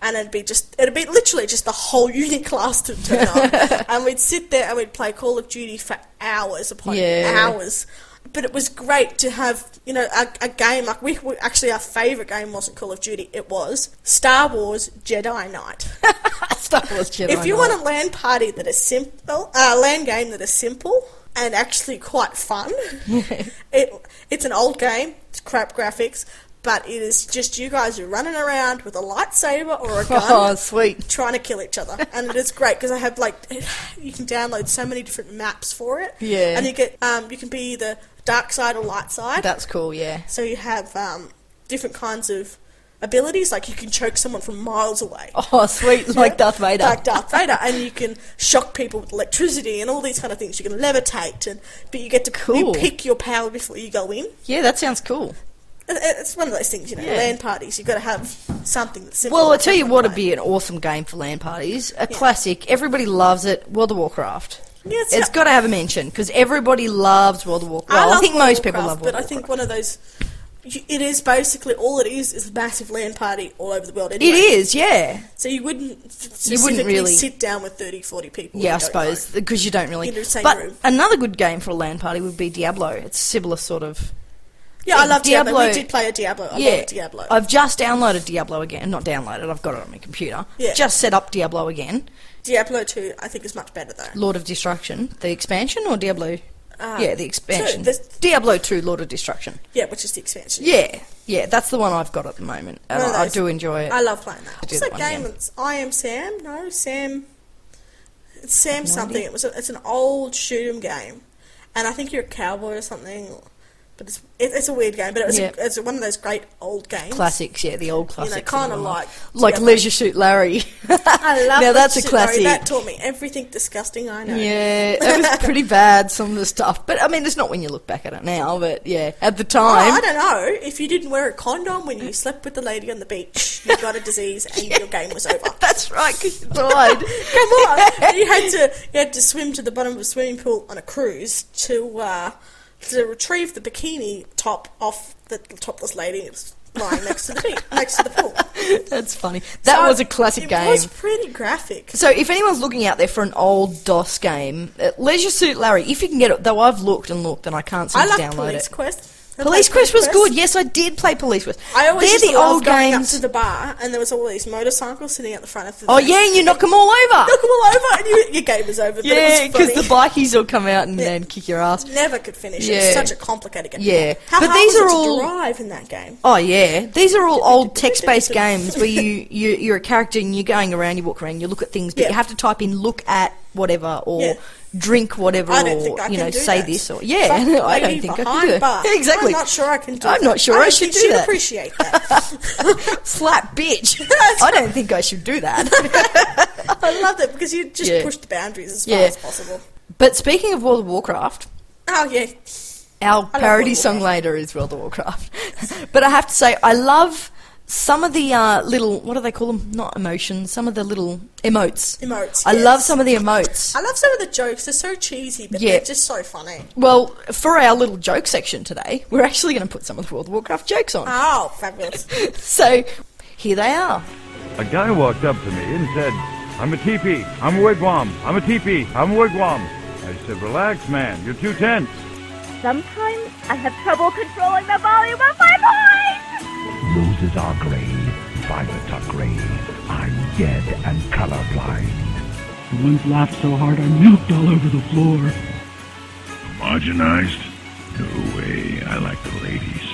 Speaker 2: And it'd be just, it'd be literally just the whole *laughs* uni class to turn up. and we'd sit there and we'd play Call of Duty for hours upon
Speaker 1: Yeah.
Speaker 2: hours hours. But it was great to have, you know, a, a game like we, we actually our favorite game wasn't Call of Duty. It was Star Wars Jedi Knight.
Speaker 1: Star Wars Jedi
Speaker 2: if you
Speaker 1: Knight.
Speaker 2: want a land party that is simple, a uh, land game that is simple and actually quite fun, it it's an old game. It's crap graphics, but it is just you guys are running around with a lightsaber or
Speaker 1: *laughs*
Speaker 2: a gun
Speaker 1: Oh, sweet.
Speaker 2: trying to kill each other, and it is great because I have like *sighs* you can download so many different maps for it.
Speaker 1: Yeah.
Speaker 2: and you get um, you can be either dark side or light side.
Speaker 1: That's cool, yeah.
Speaker 2: so you have um, different kinds of abilities. Like you can choke someone from miles away.
Speaker 1: Oh, sweet, like Darth Vader.
Speaker 2: Like Darth Vader, and you can shock people with electricity and all these kind of things. You can levitate, and but you get to you
Speaker 1: Cool.
Speaker 2: pick your power before you go in.
Speaker 1: yeah, that sounds cool.
Speaker 2: It- It's one of those things, you know.
Speaker 1: Yeah.
Speaker 2: Land parties, you've got to have something that's simple.
Speaker 1: Well, I
Speaker 2: like
Speaker 1: tell
Speaker 2: that
Speaker 1: you
Speaker 2: to
Speaker 1: what would
Speaker 2: play.
Speaker 1: be an awesome game for land parties. A classic. Everybody loves it. World of Warcraft.
Speaker 2: Yeah, it's
Speaker 1: it's
Speaker 2: not-
Speaker 1: got to have a mention because everybody loves World of Warcraft. Well, I,
Speaker 2: love
Speaker 1: think
Speaker 2: World of
Speaker 1: most people love
Speaker 2: Warcraft,
Speaker 1: World
Speaker 2: but I
Speaker 1: of Warcraft.
Speaker 2: think one of those. you- It is basically all it is is a massive land party all over the world. Anyway.
Speaker 1: It is, yeah.
Speaker 2: So you wouldn't specifically
Speaker 1: really-
Speaker 2: sit down with 30, 40 people.
Speaker 1: Yeah, I
Speaker 2: you don't know.
Speaker 1: suppose because you don't really.
Speaker 2: In the same
Speaker 1: But
Speaker 2: room.
Speaker 1: another good game for a land party would be Diablo. It's similar sort of.
Speaker 2: Yeah, I love Diablo.
Speaker 1: Diablo-
Speaker 2: We did play a Diablo. I love Diablo.
Speaker 1: I've just downloaded Diablo again. Not downloaded. I've got it on my computer.
Speaker 2: Yeah.
Speaker 1: Just set up Diablo again.
Speaker 2: Diablo 2, I think, is much better, though.
Speaker 1: Lord of Destruction, the expansion, or Diablo?
Speaker 2: Uh,
Speaker 1: yeah, the expansion.
Speaker 2: this-
Speaker 1: Diablo 2, Lord of Destruction.
Speaker 2: Yeah, which is the expansion.
Speaker 1: Yeah, yeah, that's the one I've got at the moment. And
Speaker 2: One of
Speaker 1: I, I
Speaker 2: those.
Speaker 1: do enjoy it.
Speaker 2: I love playing that.
Speaker 1: I do
Speaker 2: What's
Speaker 1: that
Speaker 2: that
Speaker 1: one
Speaker 2: game?
Speaker 1: again.
Speaker 2: It's I Am Sam? No, Sam. It's Sam something. It was a, it's an old shoot 'em game, and I think you're a cowboy or something. But it's it, it's a weird game. But it was
Speaker 1: Yeah.
Speaker 2: a, it's one of those great old games.
Speaker 1: classics, yeah, the old classics. that
Speaker 2: kinda
Speaker 1: I love.
Speaker 2: like
Speaker 1: Like
Speaker 2: Diablo.
Speaker 1: Leisure Suit Larry.
Speaker 2: *laughs* I
Speaker 1: Now
Speaker 2: love that
Speaker 1: that's a
Speaker 2: shit, Laurie.
Speaker 1: classic.
Speaker 2: That taught me everything disgusting I know. *laughs*
Speaker 1: Yeah, it was pretty bad, some of the stuff. But I mean, it's not when you look back at it now, but yeah, at the
Speaker 2: Oh,
Speaker 1: time.
Speaker 2: I don't know. If you didn't wear a condom when you slept with the lady on the beach, you got a disease
Speaker 1: *laughs*
Speaker 2: and your game was over.
Speaker 1: that's right, 'cause you *laughs* died.
Speaker 2: Come on, you had to you had to swim to the bottom of a swimming pool on a cruise to uh, to retrieve the bikini top off the topless lady that was lying next to the
Speaker 1: *laughs*
Speaker 2: beach, next to the pool.
Speaker 1: That's funny. That
Speaker 2: So
Speaker 1: was a classic
Speaker 2: it
Speaker 1: game.
Speaker 2: was pretty graphic.
Speaker 1: So if anyone's looking out there for an old DOS game, uh, Leisure Suit Larry, if you can get it, though I've looked and looked and I can't seem
Speaker 2: I
Speaker 1: to
Speaker 2: love
Speaker 1: download
Speaker 2: Police
Speaker 1: it.
Speaker 2: Quest.
Speaker 1: Police
Speaker 2: played
Speaker 1: Quest was good. Yes, I did play Police Quest.
Speaker 2: I always
Speaker 1: They're
Speaker 2: used
Speaker 1: the
Speaker 2: to love
Speaker 1: old
Speaker 2: going
Speaker 1: games.
Speaker 2: up to the bar, and there was all these motorcycles sitting at the front of the.
Speaker 1: oh
Speaker 2: *laughs*
Speaker 1: yeah, and you knock them all over.
Speaker 2: Knock 'em all over, and you, your game is over.
Speaker 1: yeah,
Speaker 2: because
Speaker 1: because the bikies will come out and, and kick your ass.
Speaker 2: never could finish. It
Speaker 1: Yeah.
Speaker 2: was such a complicated game.
Speaker 1: Yeah.
Speaker 2: How
Speaker 1: But
Speaker 2: hard
Speaker 1: these
Speaker 2: was
Speaker 1: are
Speaker 2: it
Speaker 1: all-
Speaker 2: to drive in that game.
Speaker 1: Oh yeah, these are all old text-based games where you, you you're a character and you're going around, you walk around, you look at things, but you
Speaker 2: Yeah.
Speaker 1: have to type in "look at whatever" or
Speaker 2: Yeah.
Speaker 1: "drink whatever"
Speaker 2: I don't
Speaker 1: or
Speaker 2: think I
Speaker 1: you
Speaker 2: can
Speaker 1: know
Speaker 2: do
Speaker 1: "say
Speaker 2: that.
Speaker 1: this" or
Speaker 2: Fuck
Speaker 1: yeah.
Speaker 2: the
Speaker 1: *laughs* I don't
Speaker 2: lady
Speaker 1: think I
Speaker 2: behind
Speaker 1: can do it.
Speaker 2: bars.
Speaker 1: Yeah, *laughs* exactly.
Speaker 2: I'm not sure I can do.
Speaker 1: I'm
Speaker 2: that.
Speaker 1: not sure I
Speaker 2: don't
Speaker 1: should
Speaker 2: think
Speaker 1: do
Speaker 2: she'd
Speaker 1: that.
Speaker 2: Appreciate that.
Speaker 1: *laughs* Slap,
Speaker 2: *laughs*
Speaker 1: bitch. I don't think I should do that.
Speaker 2: I love that because you just
Speaker 1: Yeah.
Speaker 2: push the boundaries as
Speaker 1: Yeah.
Speaker 2: far as possible.
Speaker 1: but speaking of World of Warcraft,
Speaker 2: Oh yeah,
Speaker 1: Our
Speaker 2: I love
Speaker 1: parody
Speaker 2: World of
Speaker 1: song
Speaker 2: Warcraft.
Speaker 1: later is World of Warcraft. *laughs* but I have to say, I love some of the uh, little, what do they call them? Not emotions, some of the little emotes.
Speaker 2: Emotes,
Speaker 1: I love
Speaker 2: yes.
Speaker 1: some of the emotes.
Speaker 2: I love some of the jokes. They're so cheesy, but
Speaker 1: Yeah.
Speaker 2: they're just so funny.
Speaker 1: Well, for our little joke section today, we're actually going to put some of the World of Warcraft jokes on.
Speaker 2: Oh,
Speaker 1: *laughs*
Speaker 2: fabulous!
Speaker 1: So here they are.
Speaker 3: A guy walked up to me and said, I'm a teepee, I'm a wigwam, I'm a teepee, I'm a wigwam. I said, relax, man, you're too tense.
Speaker 4: Sometimes I have trouble controlling the volume of my voice.
Speaker 5: Roses are gray, violets are gray. I'm dead and colorblind.
Speaker 6: Once laughed so hard I milked all over the floor.
Speaker 5: Homogenized? No way, I like the ladies.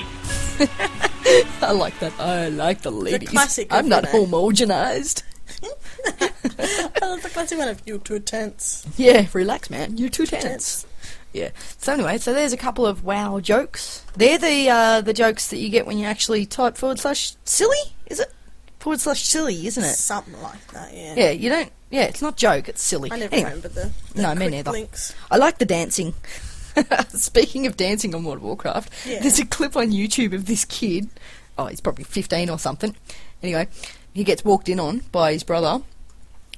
Speaker 1: I like that. I like the ladies.
Speaker 2: classic
Speaker 1: I'm
Speaker 2: of,
Speaker 1: not
Speaker 2: you know.
Speaker 1: homogenized.
Speaker 2: I love the classic one of you two tents.
Speaker 1: Yeah, relax, man. You're too tense. Yeah. So anyway, so there's a couple of wow jokes. They're the uh, the jokes that you get when you actually type forward slash silly. Is it forward slash silly? Isn't it?
Speaker 2: Something like that. Yeah.
Speaker 1: Yeah. You don't. Yeah. It's not joke. It's silly.
Speaker 2: I never
Speaker 1: Anyway,
Speaker 2: remember the, the
Speaker 1: no, me
Speaker 2: quick
Speaker 1: neither.
Speaker 2: links.
Speaker 1: I like the dancing. *laughs* Speaking of dancing on World of Warcraft,
Speaker 2: Yeah.
Speaker 1: there's a clip on YouTube of this kid. Oh, he's probably 15 or something. Anyway, he gets walked in on by his brother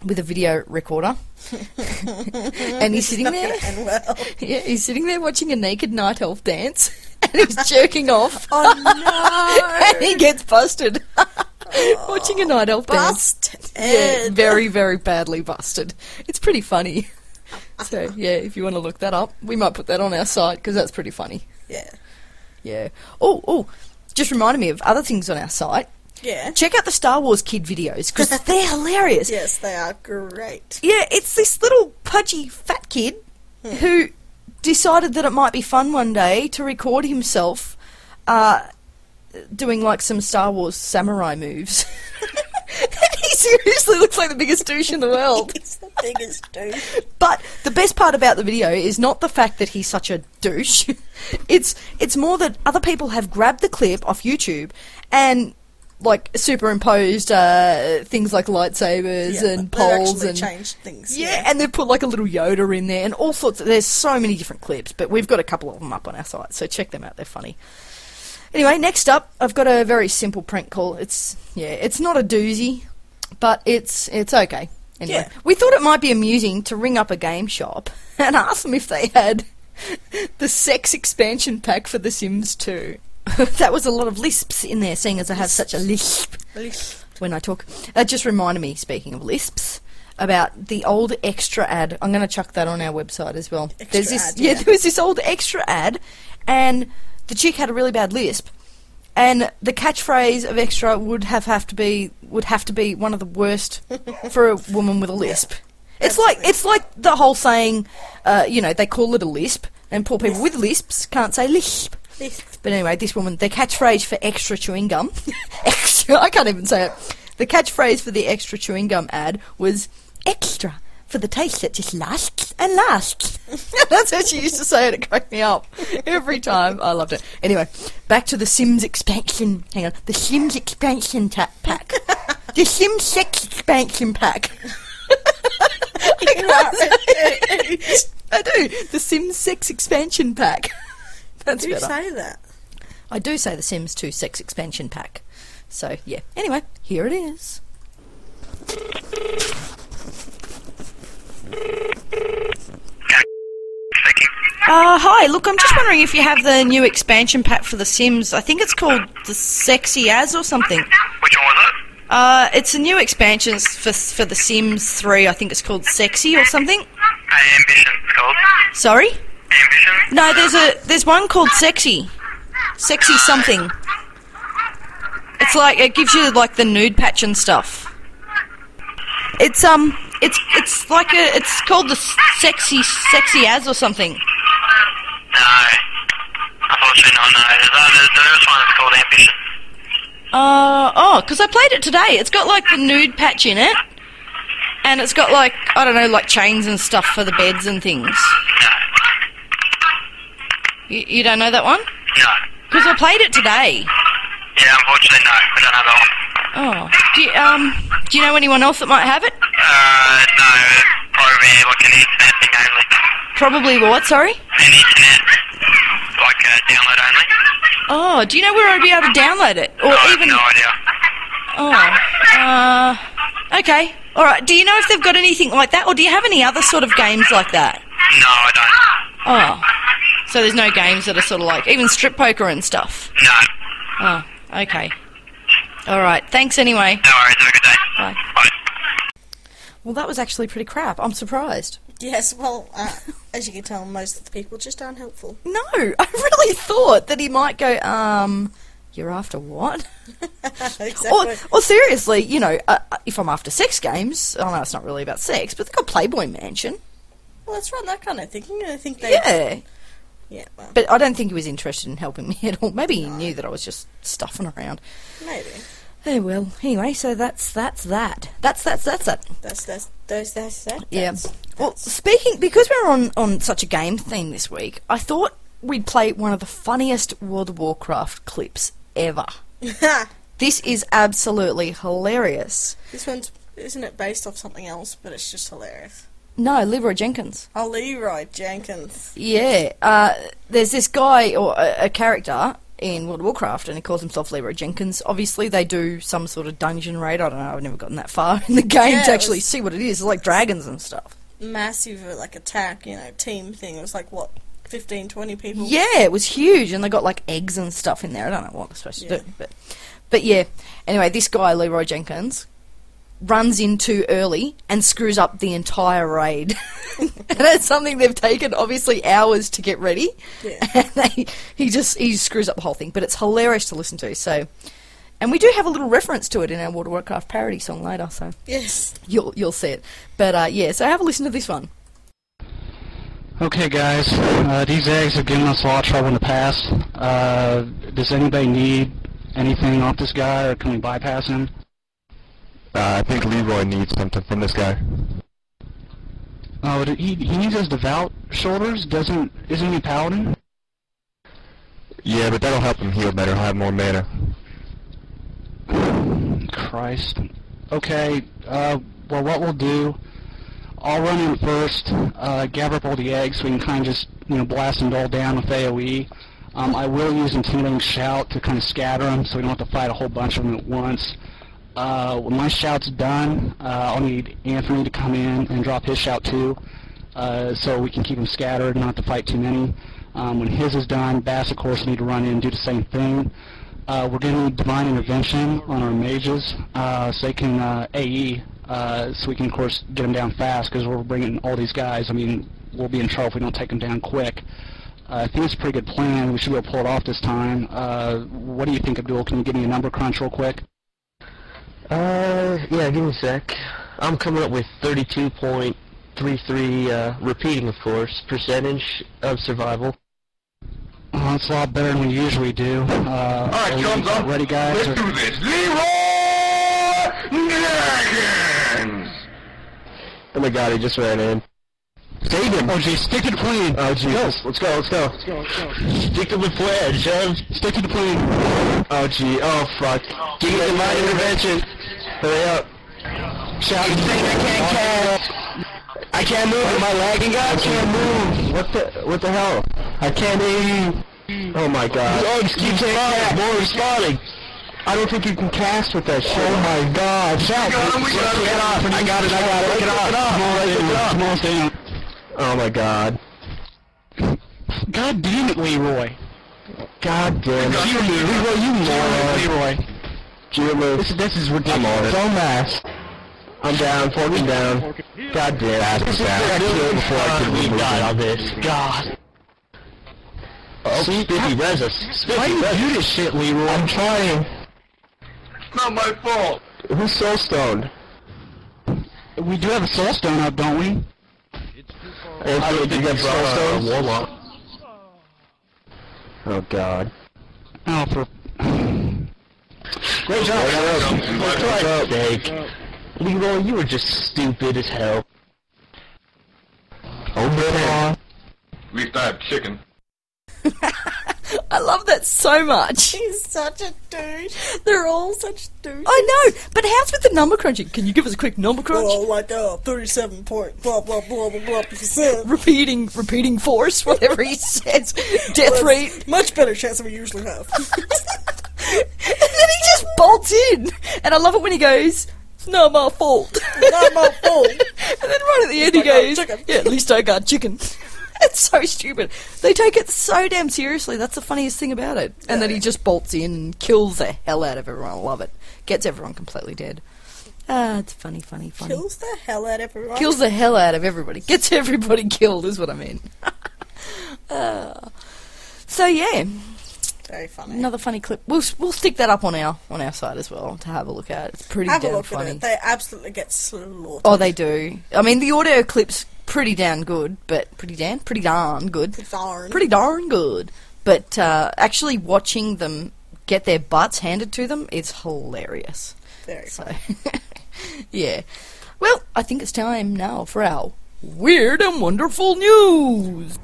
Speaker 1: with a video
Speaker 2: *laughs*
Speaker 1: recorder. and he's sitting there.
Speaker 2: And well,
Speaker 1: *laughs* Yeah, he's sitting there watching a naked night elf dance *laughs* and he's jerking
Speaker 2: *laughs*
Speaker 1: off. *laughs*
Speaker 2: oh
Speaker 1: and he gets busted. *laughs* watching a night elf
Speaker 2: no, bust.
Speaker 1: dance. Yeah, very, very badly busted. It's pretty funny. *laughs* So, yeah, if you want to look that up, we might put that on our site because that's pretty funny.
Speaker 2: Yeah.
Speaker 1: Yeah. Oh, oh, just reminded me of other things on our site.
Speaker 2: Yeah.
Speaker 1: Check out the Star Wars Kid videos because they're hilarious.
Speaker 2: Yes, they are great.
Speaker 1: Yeah, it's this little pudgy fat kid
Speaker 2: Hmm.
Speaker 1: who decided that it might be fun one day to record himself uh, doing like some Star Wars samurai moves. *laughs* and he seriously looks like the biggest douche in the
Speaker 2: *laughs*
Speaker 1: world.
Speaker 2: It's the biggest dude.
Speaker 1: But the best part about the video is not the fact that he's such a douche. *laughs* it's it's more that other people have grabbed the clip off YouTube and like superimposed uh, things like lightsabers
Speaker 2: Yeah,
Speaker 1: and
Speaker 2: they've
Speaker 1: poles
Speaker 2: actually
Speaker 1: and
Speaker 2: changed things.
Speaker 1: yeah,
Speaker 2: Yeah.
Speaker 1: and they've put like a little Yoda in there and all sorts of. There's so many different clips, but we've got a couple of them up on our site, so check them out. They're funny. Anyway, next up, I've got a very simple prank call. It's yeah, it's not a doozy, but it's it's okay. Anyway,
Speaker 2: Yeah.
Speaker 1: we thought it might be amusing to ring up a game shop *laughs* and ask them if they had *laughs* the sex expansion pack for The Sims 2. *laughs* that was a lot of lisps in there, seeing as I have such a lisp when I talk. That just reminded me, speaking of lisps, about the old extra ad. I'm going to chuck that on our website as well. There's this,
Speaker 2: ad,
Speaker 1: yeah,
Speaker 2: yeah.
Speaker 1: there was this old extra ad, and the chick had a really bad lisp, and the catchphrase of extra would have, have to be would have to be one of the worst for a woman with a lisp. It's like it's like the whole saying, uh, you know, they call it a lisp, and poor people with lisps can't say lisp. But anyway, this woman, the catchphrase for extra chewing gum, *laughs* extra, I can't even say it. The catchphrase for the extra chewing gum ad was extra for the taste that just lasts and lasts. *laughs* That's how she used to say it. It cracked me up every time. I loved it. Anyway, back to the Sims expansion. Hang on, the Sims expansion ta- pack. the Sims sex expansion pack. *laughs* I do. The Sims sex expansion pack. *laughs* That's
Speaker 2: Do you
Speaker 1: better.
Speaker 2: say that?
Speaker 1: I do say The Sims 2 sex expansion pack. So, yeah. Anyway, here it is. Uh, hi, look, I'm just wondering if you have the new expansion pack for The Sims. I think it's called The Sexy As or something.
Speaker 7: Which one was it?
Speaker 1: Uh, it's a new expansion for, for The Sims 3. I think it's called Sexy or something.
Speaker 7: Uh, ambition, it's called.
Speaker 1: Sorry?
Speaker 7: Ambition?
Speaker 1: No, there's a there's one called Sexy. Sexy something. It's like it gives you like the nude patch and stuff. It's um, it's it's like a it's called the sexy sexy as or something.
Speaker 7: No. Unfortunately not, no. There's, uh, there's, there's one that's called Ambition.
Speaker 1: Uh oh, because I played it today. It's got like the nude patch in it, and it's got like I don't know, like chains and stuff for the beds and things.
Speaker 7: No.
Speaker 1: You, you don't know that one?
Speaker 7: No.
Speaker 1: Because I played it today.
Speaker 7: Yeah, unfortunately no. We don't have that one.
Speaker 1: Oh, do you, um, do you know anyone else that might have it?
Speaker 7: Uh, no. Probably like an internet thing only.
Speaker 1: Probably what? Sorry.
Speaker 7: An internet. Like uh, download only.
Speaker 1: Oh, do you know where I'd be able to download it, or
Speaker 7: I
Speaker 1: even?
Speaker 7: have no idea.
Speaker 1: Oh, uh, okay, all right. Do you know if they've got anything like that, or do you have any other sort of games like that?
Speaker 7: No, I don't.
Speaker 1: Oh, so there's no games that are sort of like even strip poker and stuff.
Speaker 7: No.
Speaker 1: Oh, okay. All right. Thanks anyway.
Speaker 7: No worries. Have a good day.
Speaker 1: Bye.
Speaker 7: Bye.
Speaker 1: Well, that was actually pretty crap. I'm surprised.
Speaker 2: Yes, well, uh, as you can tell, most of the people just aren't helpful.
Speaker 1: No, *laughs* I really thought that he might go. Um, you're after *laughs* what?
Speaker 2: exactly.
Speaker 1: Or, or seriously, you know, uh, uh, if I'm after sex games, I know it's not really about sex, but they've got Playboy Mansion.
Speaker 2: well, that's right. That kind of thinking. I think they.
Speaker 1: Yeah.
Speaker 2: Yeah. Well,
Speaker 1: But I don't think he was interested in helping me *laughs* at all. Maybe he knew that I was just stuffing around.
Speaker 2: maybe.
Speaker 1: Oh well. Anyway, so that's that's that. That's that's that's that.
Speaker 2: That's that's those that's that.
Speaker 1: Yeah.
Speaker 2: that's-
Speaker 1: Well, speaking because we're on on such a game theme this week, I thought we'd play one of the funniest World of Warcraft clips ever. This is absolutely hilarious.
Speaker 2: *laughs* this one's isn't it based off something else, but it's just hilarious.
Speaker 1: No, Libra Jenkins.
Speaker 2: Oh, Leroy Jenkins.
Speaker 1: Yeah, uh, there's this guy or a, a character in World of Warcraft, and he calls himself Libra Jenkins. Obviously, they do some sort of dungeon raid. I don't know. I've never gotten that far *laughs* in the game
Speaker 2: Yeah,
Speaker 1: to
Speaker 2: it
Speaker 1: actually
Speaker 2: was-
Speaker 1: see what it is. It's like dragons and stuff.
Speaker 2: Massive uh, like attack, you know, team thing. It was like what 15, 20 people.
Speaker 1: Yeah, it was huge, and they got like eggs and stuff in there. I don't know what they're supposed
Speaker 2: Yeah.
Speaker 1: to do, but but yeah. Anyway, this guy Leroy Jenkins runs in too early and screws up the entire raid. *laughs* and that's something they've taken obviously hours to get ready.
Speaker 2: Yeah.
Speaker 1: *laughs* And they, he just he screws up the whole thing, but it's hilarious to listen to. So, and we do have a little reference to it in our World of Warcraft parody song later, so
Speaker 2: Yes. *laughs*
Speaker 1: you'll you'll see it. But uh, yeah, so have a listen to this one.
Speaker 8: Okay, guys. Uh, these eggs have given us a lot of trouble in the past. Uh, does anybody need anything off this guy, or can we bypass him?
Speaker 9: Uh, I think Leroy needs something from this guy.
Speaker 8: Oh, d- he he needs his devout shoulders. Doesn't isn't he paladin?
Speaker 9: Yeah, but that'll help him heal better. He'll have more mana.
Speaker 8: *sighs* Christ. Okay. Uh, well, what we'll do? I'll run in first. Uh, gather up all the eggs. so We can kind of just you know blast them all down with AOE. Um, I will use intimidating shout to kind of scatter them, so we don't have to fight a whole bunch of them at once. Uh, when my shout's done, uh, I'll need Anthony to come in and drop his shout too, uh, so we can keep them scattered, not to fight too many. Um, when his is done, Bass, of course, will need to run in and do the same thing. Uh, we're going to need Divine Intervention on our mages, uh, so they can uh, AE, uh, so we can, of course, get them down fast, because we're bringing all these guys. I mean, we'll be in trouble if we don't take them down quick. Uh, I think it's a pretty good plan. We should be able to pull it off this time. Uh, what do you think, Abdul? Can you give me a number crunch real quick?
Speaker 9: Uh, yeah, give me a sec. I'm coming up with 32.33, uh, repeating, of course, percentage of survival.
Speaker 8: Oh, that's a lot better than we usually do. Uh, are we Ready, guys? or-
Speaker 9: this. Leroy Jenkins! Oh my god, he just ran in. Save him!
Speaker 8: Oh, geez, stick to the plane.
Speaker 9: Oh, Jesus. Let's go, let's go. Let's go, let's go. Stick to the plan, John. Stick to the plan. Oh, gee. Oh, fuck. Give me my intervention. Hurry up. Shout. You think I can't catch? I can't move. Am I lagging, guys? I can't move. What the, what the hell? I can't aim. Oh, my God. Oh, just keep saying More responding. I don't think you can cast with that shit. Oh my god. Shout. Get off. I got it, I got it. Get off.
Speaker 8: Come on, stay on.
Speaker 9: Oh my god.
Speaker 8: God damn it, Leroy.
Speaker 9: God damn it.
Speaker 8: You knew.
Speaker 9: Leroy, you moron.
Speaker 8: Leroy.
Speaker 9: Jimmy. This, this is ridiculous. I'm on it. Dumbass. I'm down, forking down. God damn. This is down. I killed before I could leave God on this. God. Oh, Spiffy res us. Spiffy res you do this shit, Leroy? I'm trying. It's not my fault. Who's soul stoned?
Speaker 8: We do have a soul stone up, don't we?
Speaker 9: I don't think that's soul stones. warlock. Oh god.
Speaker 8: Oh, for *sighs*
Speaker 9: Great job. Great Leroy, you were just stupid as hell. Oh man.
Speaker 10: At least I have chicken.
Speaker 1: I love that so much.
Speaker 2: He's such a dude. They're all such dudes.
Speaker 1: I know, but how's with the number crunching? Can you give us a quick number crunch?
Speaker 2: Oh, like uh, thirty-seven point blah blah blah blah blah percent.
Speaker 1: repeating, repeating force, whatever he
Speaker 2: *laughs*
Speaker 1: says. Death
Speaker 2: Well,
Speaker 1: rate. *laughs*
Speaker 2: it's Much better chance than we usually have.
Speaker 1: And then he just bolts in. And I love it when he goes, not my fault.
Speaker 2: not my fault.
Speaker 1: *laughs* and then right at the end he
Speaker 2: I got
Speaker 1: goes,
Speaker 2: chicken.
Speaker 1: yeah, at least I got chicken. *laughs* it's so stupid. They take it so damn seriously. That's the funniest thing about it. And then he just bolts in and kills the hell out of everyone. I love it. Gets everyone completely dead. Ah, it's funny, funny, funny.
Speaker 2: *laughs* Kills the hell out of everyone.
Speaker 1: Kills the hell out of everybody. Gets everybody *laughs* killed, is what I
Speaker 2: *laughs*
Speaker 1: mean. Ah. so, yeah.
Speaker 2: Very funny.
Speaker 1: Another funny clip. We'll we'll stick that up on our on our site as well to have a look at. It's pretty
Speaker 2: Have a
Speaker 1: damn
Speaker 2: look
Speaker 1: funny.
Speaker 2: at it. They absolutely get slaughtered.
Speaker 1: Oh, they do. I mean, the audio clip's pretty damn good, but pretty damn pretty darn good.
Speaker 2: Pretty darn.
Speaker 1: Pretty darn good. But uh, actually watching them get their butts handed to them, it's hilarious.
Speaker 2: Very
Speaker 1: so, *laughs* yeah. Well, I think it's time now for our weird and wonderful news.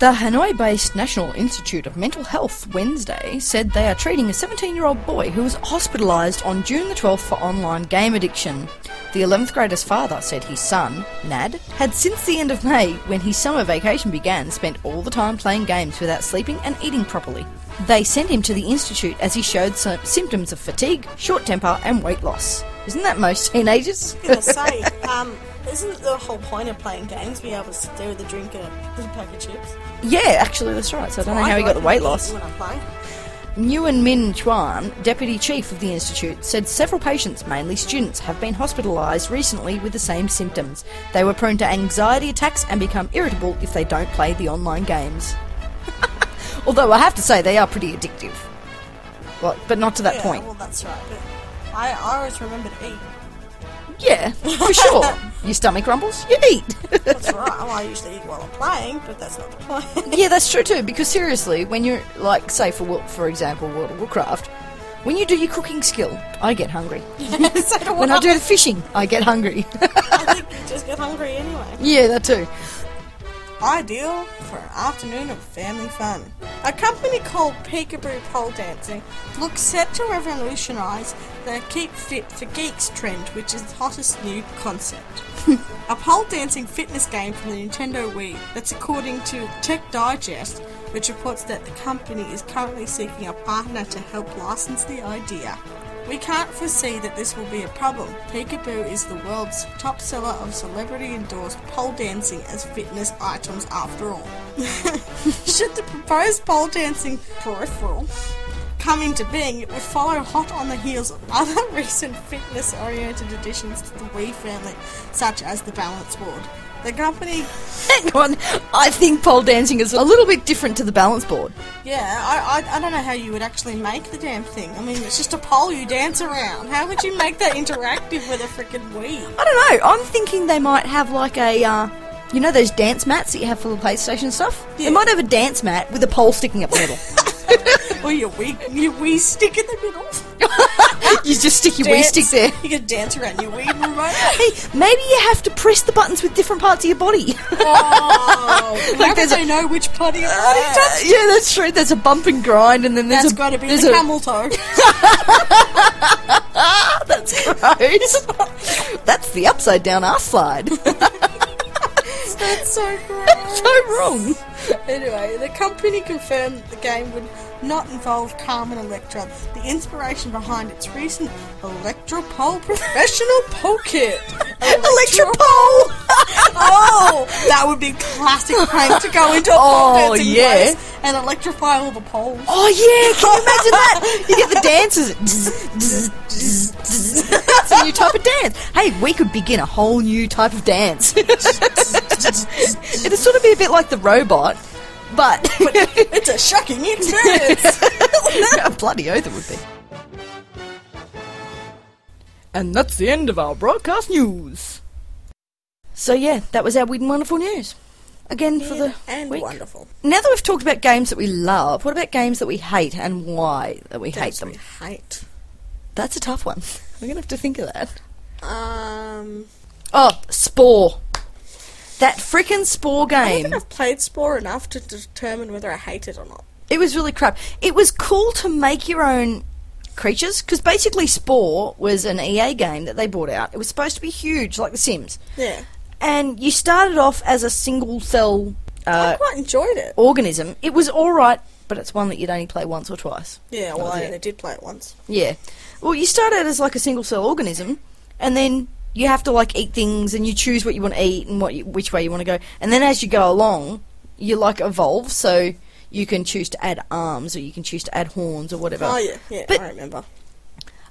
Speaker 1: The Hanoi based National Institute of Mental Health Wednesday said they are treating a 17 year old boy who was hospitalised on June the 12th for online game addiction. The 11th grader's father said his son, Nad, had since the end of May, when his summer vacation began, spent all the time playing games without sleeping and eating properly. They sent him to the institute as he showed sy- symptoms of fatigue, short temper, and weight loss. Isn't that most teenagers? *laughs*
Speaker 2: I was gonna say, um, isn't the whole point of playing games being able to sit there with a drink and a little pack of chips?
Speaker 1: yeah, actually, that's right. So I don't know how he got the weight loss.
Speaker 2: When I play.
Speaker 1: Nguyen Minh Chuan, deputy chief of the institute, said several patients, mainly students, have been hospitalised recently with the same symptoms. They were prone to anxiety attacks and become irritable if they don't play the online games. *laughs* Although I have to say they are pretty addictive. Well, but not to that
Speaker 2: yeah,
Speaker 1: point.
Speaker 2: Well, that's right. But I, I always remember to eat.
Speaker 1: Yeah, for
Speaker 2: *laughs*
Speaker 1: sure. Your stomach rumbles, you eat. *laughs*
Speaker 2: That's right. Well, I usually eat while I'm playing, but that's not the
Speaker 1: *laughs*
Speaker 2: point. *laughs*
Speaker 1: yeah, that's true too. Because seriously, when you're like, say for Wo- for example, World of Warcraft, when you do your cooking skill, I get hungry.
Speaker 2: so do
Speaker 1: When I do the fishing, I get hungry.
Speaker 2: I think you *laughs* just get hungry anyway.
Speaker 1: yeah, that too.
Speaker 2: Ideal for an afternoon of family fun. A company called Peekaboo Pole Dancing looks set to revolutionise the Keep Fit for Geeks trend, which is the hottest new concept. a pole dancing fitness game from the Nintendo Wii that's according to Tech Digest, which reports that the company is currently seeking a partner to help license the idea. We can't foresee that this will be a problem. Peekaboo is the world's top seller of celebrity endorsed pole dancing as fitness items after all. *laughs* Should the proposed pole dancing peripheral come into being, it would follow hot on the heels of other *laughs* recent fitness oriented additions to the Wii family, such as the balance board. The company,
Speaker 1: Hang on, I think pole dancing is a little bit different to the balance board.
Speaker 2: yeah, I, I, I don't know how you would actually make the damn thing. I mean, it's just a pole you dance around. How would you make that interactive with a freaking Wii?
Speaker 1: I don't know. I'm thinking they might have like a, uh, you know, those dance mats that you have for the PlayStation stuff. They might have a dance mat with a pole sticking up the
Speaker 2: *laughs*
Speaker 1: middle. *laughs*
Speaker 2: Or your wee, your wee stick in the
Speaker 1: *laughs*
Speaker 2: middle.
Speaker 1: you just stick your wee
Speaker 2: Dance.
Speaker 1: stick there.
Speaker 2: You can dance around your
Speaker 1: *laughs*
Speaker 2: wee remote.
Speaker 1: Hey, maybe you have to press the buttons with different parts of your body. *laughs*
Speaker 2: Uh, Oh,
Speaker 1: Like
Speaker 2: how do
Speaker 1: there's a-
Speaker 2: they know which potty
Speaker 1: *laughs*
Speaker 2: it
Speaker 1: Uh, yeah, that's true. There's a bump and grind, and then there's
Speaker 2: That's
Speaker 1: a
Speaker 2: got to be
Speaker 1: there's
Speaker 2: the
Speaker 1: a-
Speaker 2: camel toe.
Speaker 1: *laughs* That's gross. *laughs* that's the upside down ass slide. *laughs*
Speaker 2: That's so gross.
Speaker 1: so wrong.
Speaker 2: *laughs* Anyway, the company confirmed that the game would not involve Carmen Electra, the inspiration behind its recent Electropole Professional Pole
Speaker 1: *laughs*
Speaker 2: Kit.
Speaker 1: Electropole. *laughs*
Speaker 2: oh, that would be classic prank to go into a pole
Speaker 1: Oh,
Speaker 2: dancing
Speaker 1: yeah.
Speaker 2: place and electrify all the poles.
Speaker 1: Oh yeah, can you imagine *laughs* that? You get the dancers. Dzz, dzz, dzz, dzz. It's a new type of dance. Hey, we could begin a whole *laughs* new type of dance. It'd sort of be a bit like the robot, But *laughs*
Speaker 2: it's a shocking experience.
Speaker 1: a bloody oath it would be. And that's the end of our broadcast news. So yeah, that was our weird and wonderful news. Again *laughs* for the
Speaker 2: and
Speaker 1: week.
Speaker 2: wonderful.
Speaker 1: Now that we've talked about games that we love, what about games that we hate and why that we hate
Speaker 2: Games
Speaker 1: them?
Speaker 2: we hate.
Speaker 1: That's a tough one. We're gonna have to think of that.
Speaker 2: Um,
Speaker 1: Oh, Spore. That frickin' Spore
Speaker 2: I don't
Speaker 1: game.
Speaker 2: think I've played Spore enough to determine whether I hate it or not.
Speaker 1: It was really crap. It was cool to make your own creatures because basically Spore was an EA game that they brought out. It was supposed to be huge, like The Sims,
Speaker 2: Yeah,
Speaker 1: and you started off as a single cell uh,
Speaker 2: I quite enjoyed it.
Speaker 1: organism. It was all right, but it's one that you'd only play once or twice.
Speaker 2: Yeah,
Speaker 1: That
Speaker 2: well,
Speaker 1: was
Speaker 2: I
Speaker 1: it.
Speaker 2: only did play it once.
Speaker 1: Yeah. Well, you start out as like a single cell organism, and then you have to like eat things, and you choose what you want to eat and what you, which way you want to go. And then as you go along, you like evolve, so you can choose to add arms, or you can choose to add horns, or whatever.
Speaker 2: Oh yeah, yeah,
Speaker 1: But-
Speaker 2: I remember.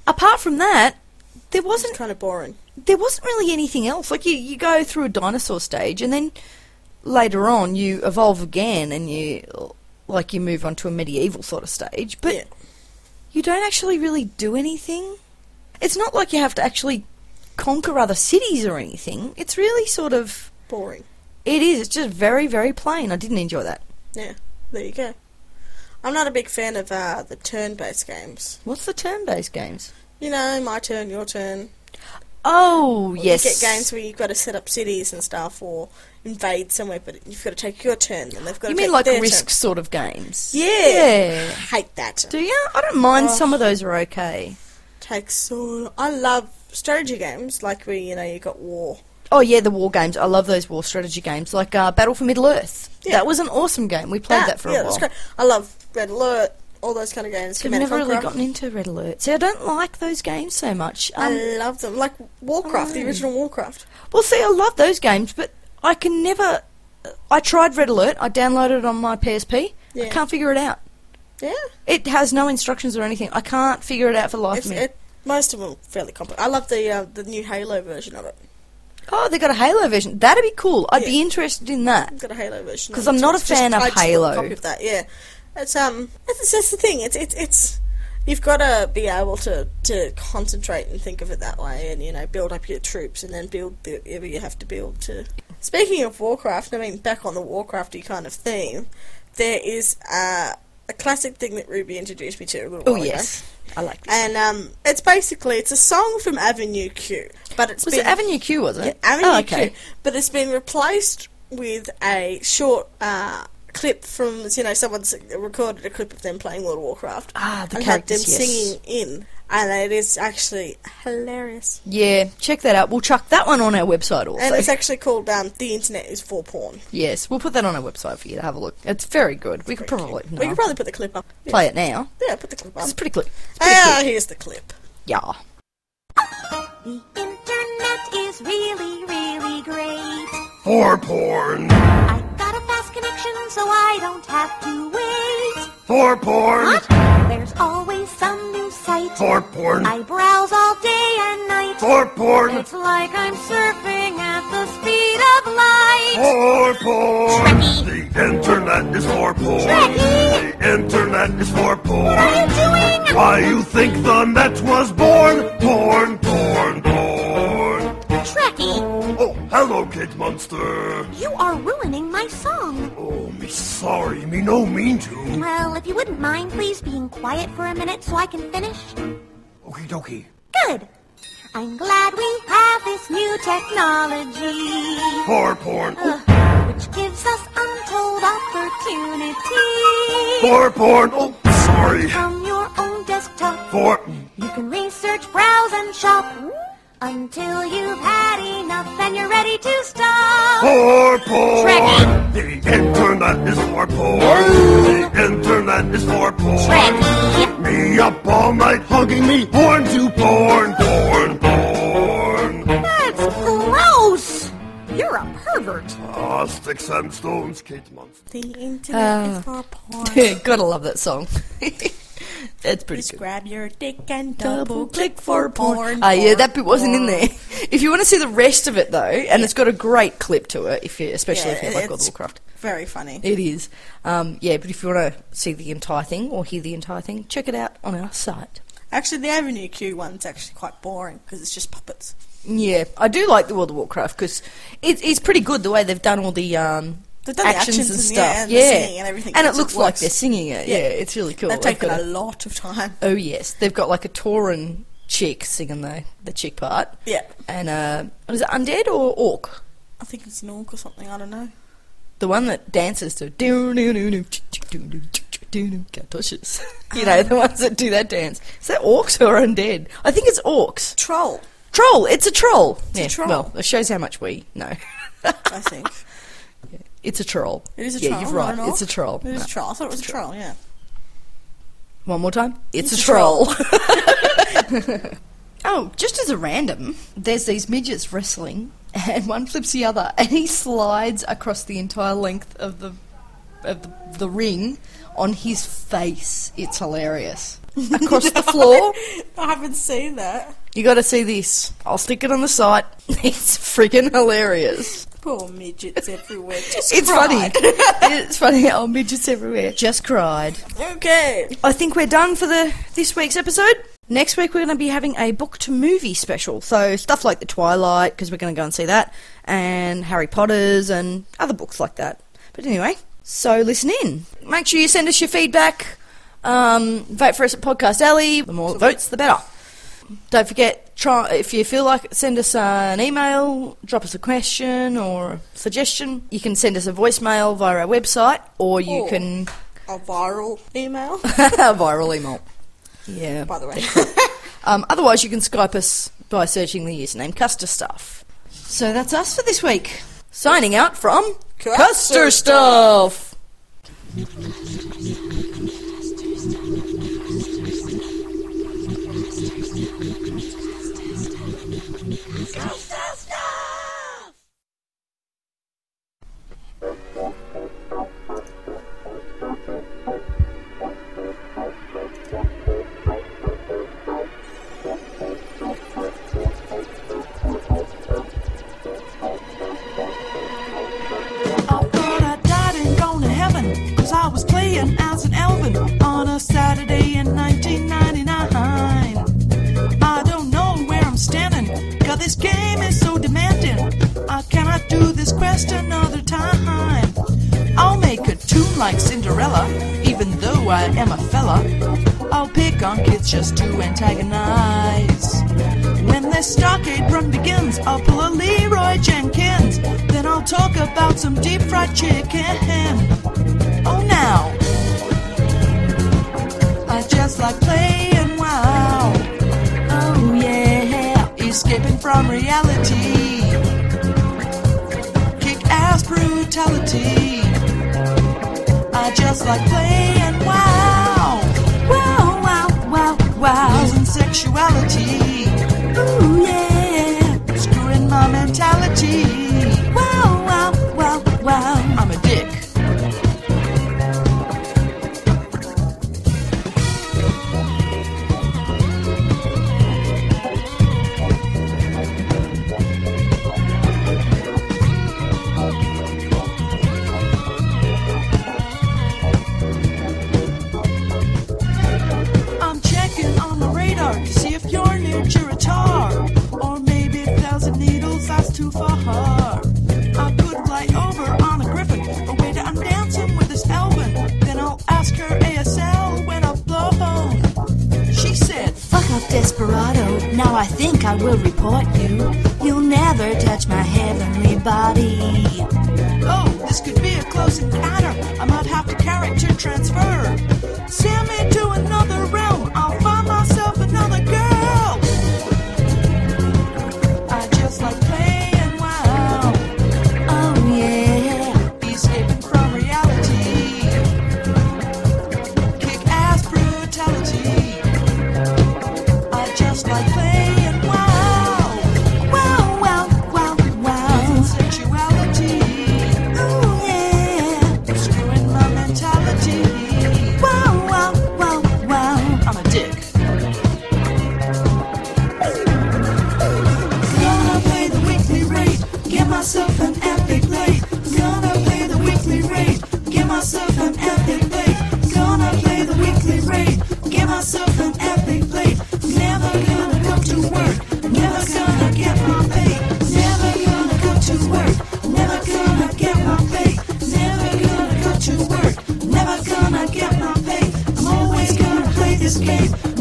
Speaker 1: Apart from that, there wasn't
Speaker 2: It's kind of boring.
Speaker 1: there wasn't really anything else. Like you, you go through a dinosaur stage, and then later on you evolve again, and you like you move on to a medieval sort of stage. But
Speaker 2: Yeah.
Speaker 1: you don't actually really do anything. It's not like you have to actually conquer other cities or anything. It's really sort of
Speaker 2: Boring.
Speaker 1: it is. It's just very very plain. I didn't enjoy that.
Speaker 2: Yeah, there you go. I'm not a big fan of uh, the turn-based games.
Speaker 1: What's the turn-based games?
Speaker 2: You know, my turn, your turn.
Speaker 1: Oh
Speaker 2: Or
Speaker 1: yes,
Speaker 2: You get games where you've got to set up cities and stuff, or invade somewhere, but you've got to take your turn, and they've got
Speaker 1: You
Speaker 2: to
Speaker 1: mean
Speaker 2: take
Speaker 1: like
Speaker 2: their
Speaker 1: risk
Speaker 2: turn.
Speaker 1: sort of games?
Speaker 2: Yeah.
Speaker 1: Yeah.
Speaker 2: Hate that.
Speaker 1: Do you? I don't mind.
Speaker 2: Oh.
Speaker 1: Some of those are okay.
Speaker 2: Takes so. I love strategy games, like where you know you got war.
Speaker 1: Oh yeah, the war games. I love those war strategy games, like uh, Battle for Middle Earth.
Speaker 2: Yeah.
Speaker 1: That was an awesome game. We played that, for
Speaker 2: yeah,
Speaker 1: a
Speaker 2: that's
Speaker 1: while.
Speaker 2: great. I love Red Alert, all those kind of games.
Speaker 1: I've
Speaker 2: Command and
Speaker 1: never really
Speaker 2: Conquer.
Speaker 1: gotten into Red Alert. See, I don't like those games so much. Um,
Speaker 2: I love them, like Warcraft, the
Speaker 1: Oh.
Speaker 2: original Warcraft.
Speaker 1: well, see, I love those games, but I can never. I tried Red Alert. I downloaded it on my PSP. I
Speaker 2: Yeah.
Speaker 1: can't figure it out.
Speaker 2: Yeah,
Speaker 1: It has no instructions or anything. I can't figure it out for the life
Speaker 2: it's,
Speaker 1: of me.
Speaker 2: it, most of them are fairly complex. I love the uh, the new Halo version of it.
Speaker 1: oh, they got a Halo version. That'd be cool. I'd
Speaker 2: Yeah.
Speaker 1: be interested in that.
Speaker 2: I've got a Halo version.
Speaker 1: 'Cause
Speaker 2: of it,
Speaker 1: I'm
Speaker 2: so
Speaker 1: not a
Speaker 2: it's just-
Speaker 1: fan of
Speaker 2: I just want a
Speaker 1: Halo.
Speaker 2: Copy of that, yeah. It's um, it's that's the thing. It's it's it's you've got to be able to to concentrate and think of it that way, and you know, build up your troops, and then build the whatever you have to build to. Speaking of Warcraft, I mean, back on the Warcrafty kind of theme, there is uh, a classic thing that Ruby introduced me to a little
Speaker 1: Oh
Speaker 2: while ago.
Speaker 1: yes, I like. This.
Speaker 2: And um, it's basically it's a song from Avenue Q, but it's
Speaker 1: Was
Speaker 2: been
Speaker 1: it Avenue Q? Was it?
Speaker 2: yeah, Avenue
Speaker 1: oh, okay.
Speaker 2: Q, but it's been replaced with a short uh, clip from you know someone's recorded a clip of them playing World of Warcraft
Speaker 1: Ah, the
Speaker 2: and had them
Speaker 1: characters, yes.
Speaker 2: singing in, and it is actually hilarious.
Speaker 1: Yeah, check that out. We'll chuck that one on our website also.
Speaker 2: And it's actually called um, "The Internet Is for Porn."
Speaker 1: yes, we'll put that on our website for you to have a look. It's very good. We could probably
Speaker 2: We
Speaker 1: no,
Speaker 2: could probably put the clip up. Yeah.
Speaker 1: play it now.
Speaker 2: Yeah, put the clip up.
Speaker 1: It's pretty cool. It's pretty
Speaker 2: Ah,
Speaker 1: cool.
Speaker 2: here's the clip.
Speaker 1: Yeah.
Speaker 11: The internet is really, really great.
Speaker 12: For porn.
Speaker 11: I got a fast connection, so I don't have to wait.
Speaker 12: For porn.
Speaker 11: There's always some new site.
Speaker 12: For porn.
Speaker 11: I browse all day and night.
Speaker 12: For porn.
Speaker 11: It's like I'm surfing at the speed of light.
Speaker 12: For porn. The internet is for porn.
Speaker 11: Trekkie!
Speaker 12: The internet is for porn. What
Speaker 11: are you doing?
Speaker 12: Why you think the net was born? Porn, porn, porn.
Speaker 11: Trekkie,
Speaker 12: Oh, hello, Kid Monster.
Speaker 11: you are ruining my song.
Speaker 12: Oh, me sorry, me no mean to.
Speaker 11: Well, if you wouldn't mind please being quiet for a minute so I can finish.
Speaker 12: Okie dokie.
Speaker 11: Good. I'm glad we have this new technology,
Speaker 12: For porn.
Speaker 11: which gives us untold opportunity.
Speaker 12: For porn. Oh, sorry.
Speaker 11: From your own desktop,
Speaker 12: For.
Speaker 11: you can research, browse, and shop until you've had enough and you're ready to stop.
Speaker 12: For porn.
Speaker 11: Trek.
Speaker 12: The internet is for porn. The internet is for porn. Me up all night hugging me porn to porn, porn, porn.
Speaker 11: That's gross. You're a pervert.
Speaker 12: Ah, sticks and stones, Kid Monster.
Speaker 2: The internet
Speaker 1: Ah. *laughs*
Speaker 2: is for porn.
Speaker 1: Gotta love that song. It's pretty
Speaker 2: Just
Speaker 1: good.
Speaker 2: grab your dick and double click for porn.
Speaker 1: Ah, yeah, that bit wasn't in there. If you want to see the rest of it though, and it's got a great clip to it, if you, especially
Speaker 2: Yeah,
Speaker 1: if you like God of
Speaker 2: it's
Speaker 1: Warcraft.
Speaker 2: Very funny.
Speaker 1: It is. Um, yeah, but if you want to see the entire thing or hear the entire thing, check it out on our site.
Speaker 2: Actually, the Avenue Q one's actually quite boring because it's just puppets.
Speaker 1: Yeah, I do like the World of Warcraft because it, it's pretty good the way they've done all the um,
Speaker 2: They've done the
Speaker 1: actions,
Speaker 2: actions
Speaker 1: and
Speaker 2: and the-
Speaker 1: stuff.
Speaker 2: and the
Speaker 1: yeah,
Speaker 2: singing and everything,
Speaker 1: it
Speaker 2: because it
Speaker 1: looks like
Speaker 2: works.
Speaker 1: they're singing it. Yeah,
Speaker 2: Yeah.
Speaker 1: it's really cool.
Speaker 2: They've
Speaker 1: They've
Speaker 2: taken
Speaker 1: got
Speaker 2: a lot of time.
Speaker 1: Oh yes, they've got like a Tauren chick singing the the chick part.
Speaker 2: Yeah.
Speaker 1: And uh, was it undead or orc?
Speaker 2: I think it's an orc or something. I don't know.
Speaker 1: The one that dances to do do do do do do touches. *laughs* You know
Speaker 2: Ah.
Speaker 1: the ones that do that dance. Is that orcs or undead? I think it's orcs.
Speaker 2: Troll.
Speaker 1: Troll. It's a troll.
Speaker 2: It's a
Speaker 1: Yeah,
Speaker 2: troll.
Speaker 1: Well, it shows how much we know. *laughs*
Speaker 2: I think
Speaker 1: It's a troll.
Speaker 2: it is a
Speaker 1: yeah,
Speaker 2: troll.
Speaker 1: you're
Speaker 2: not
Speaker 1: right.
Speaker 2: an
Speaker 1: It's a
Speaker 2: orc.
Speaker 1: troll.
Speaker 2: It is
Speaker 1: No.
Speaker 2: a troll. I thought it was a troll. Yeah.
Speaker 1: One more time. It's,
Speaker 2: It's
Speaker 1: a,
Speaker 2: a
Speaker 1: troll. *laughs* oh, just as a random, there's these midgets wrestling, and one flips the other, and he slides across the entire length of the of the, the ring on his face. It's hilarious. Across the floor.
Speaker 2: I haven't seen that.
Speaker 1: *laughs* You got to see this. I'll stick it on the site. *laughs* It's freaking hilarious.
Speaker 2: Poor midgets everywhere. Just
Speaker 1: It's
Speaker 2: cried.
Speaker 1: funny. *laughs* it's funny. Oh, midgets everywhere. Just cried.
Speaker 2: Okay.
Speaker 1: I think we're done for the this week's episode. Next week we're going to be having a book to movie special, so stuff like The Twilight because we're going to go and see that, and Harry Potter's and other books like that. But anyway, so listen in. Make sure you send us your feedback. Um, vote for us at Podcast Alley. The more votes, the better. Don't forget, try if you feel like it, send us uh, an email, drop us a question or a suggestion. You can send us a voicemail via our website, or you
Speaker 2: Or-
Speaker 1: can
Speaker 2: A viral email.
Speaker 1: *laughs* viral email. Yeah.
Speaker 2: By the way.
Speaker 1: *laughs* um, otherwise, you can Skype us by searching the username Custer Stuff. So that's us for this week. Signing out from Custer, Stuff.
Speaker 13: thought Oh, I died and gone to heaven. Cause I was playing as an elven on a Saturday in 1999. I don't know where I'm standing, cause this game is so demanding. I cannot do this quest another time. I'll make a tune like Cinderella, even though I am a fella. I'll pick on kids just to antagonize. When this stockade run begins, I'll pull a Leroy Jenkins. Then I'll talk about some deep fried chicken. Oh, now. I just like playing wow. Oh, yeah. Escaping from reality. Kick ass brutality. I just like playing wow. Wow, wow, wow, wow. Losing sexuality. Ooh, yeah. Screwing my mentality. Wow, wow, wow, wow. I'm a dick. I'm checking on the radar to see if you're near Giratar. Or maybe a thousand needles, that's too far. I could fly over on a griffin, or wait I'm dancing with this elven. Then I'll ask her ASL when I blow home. She said,
Speaker 14: Fuck off, desperado. Now I think I will report you. You'll never touch my heavenly body.
Speaker 13: Oh, this could be a close encounter. I might have to character transfer. Send me to another realm. I'll find myself another girl. I just like playing wow. Oh yeah, escaping from reality. Kick ass brutality. I just like playing wow. Wow, wow, wow, wow. Sexuality. Ooh yeah. Screwing my mentality. escape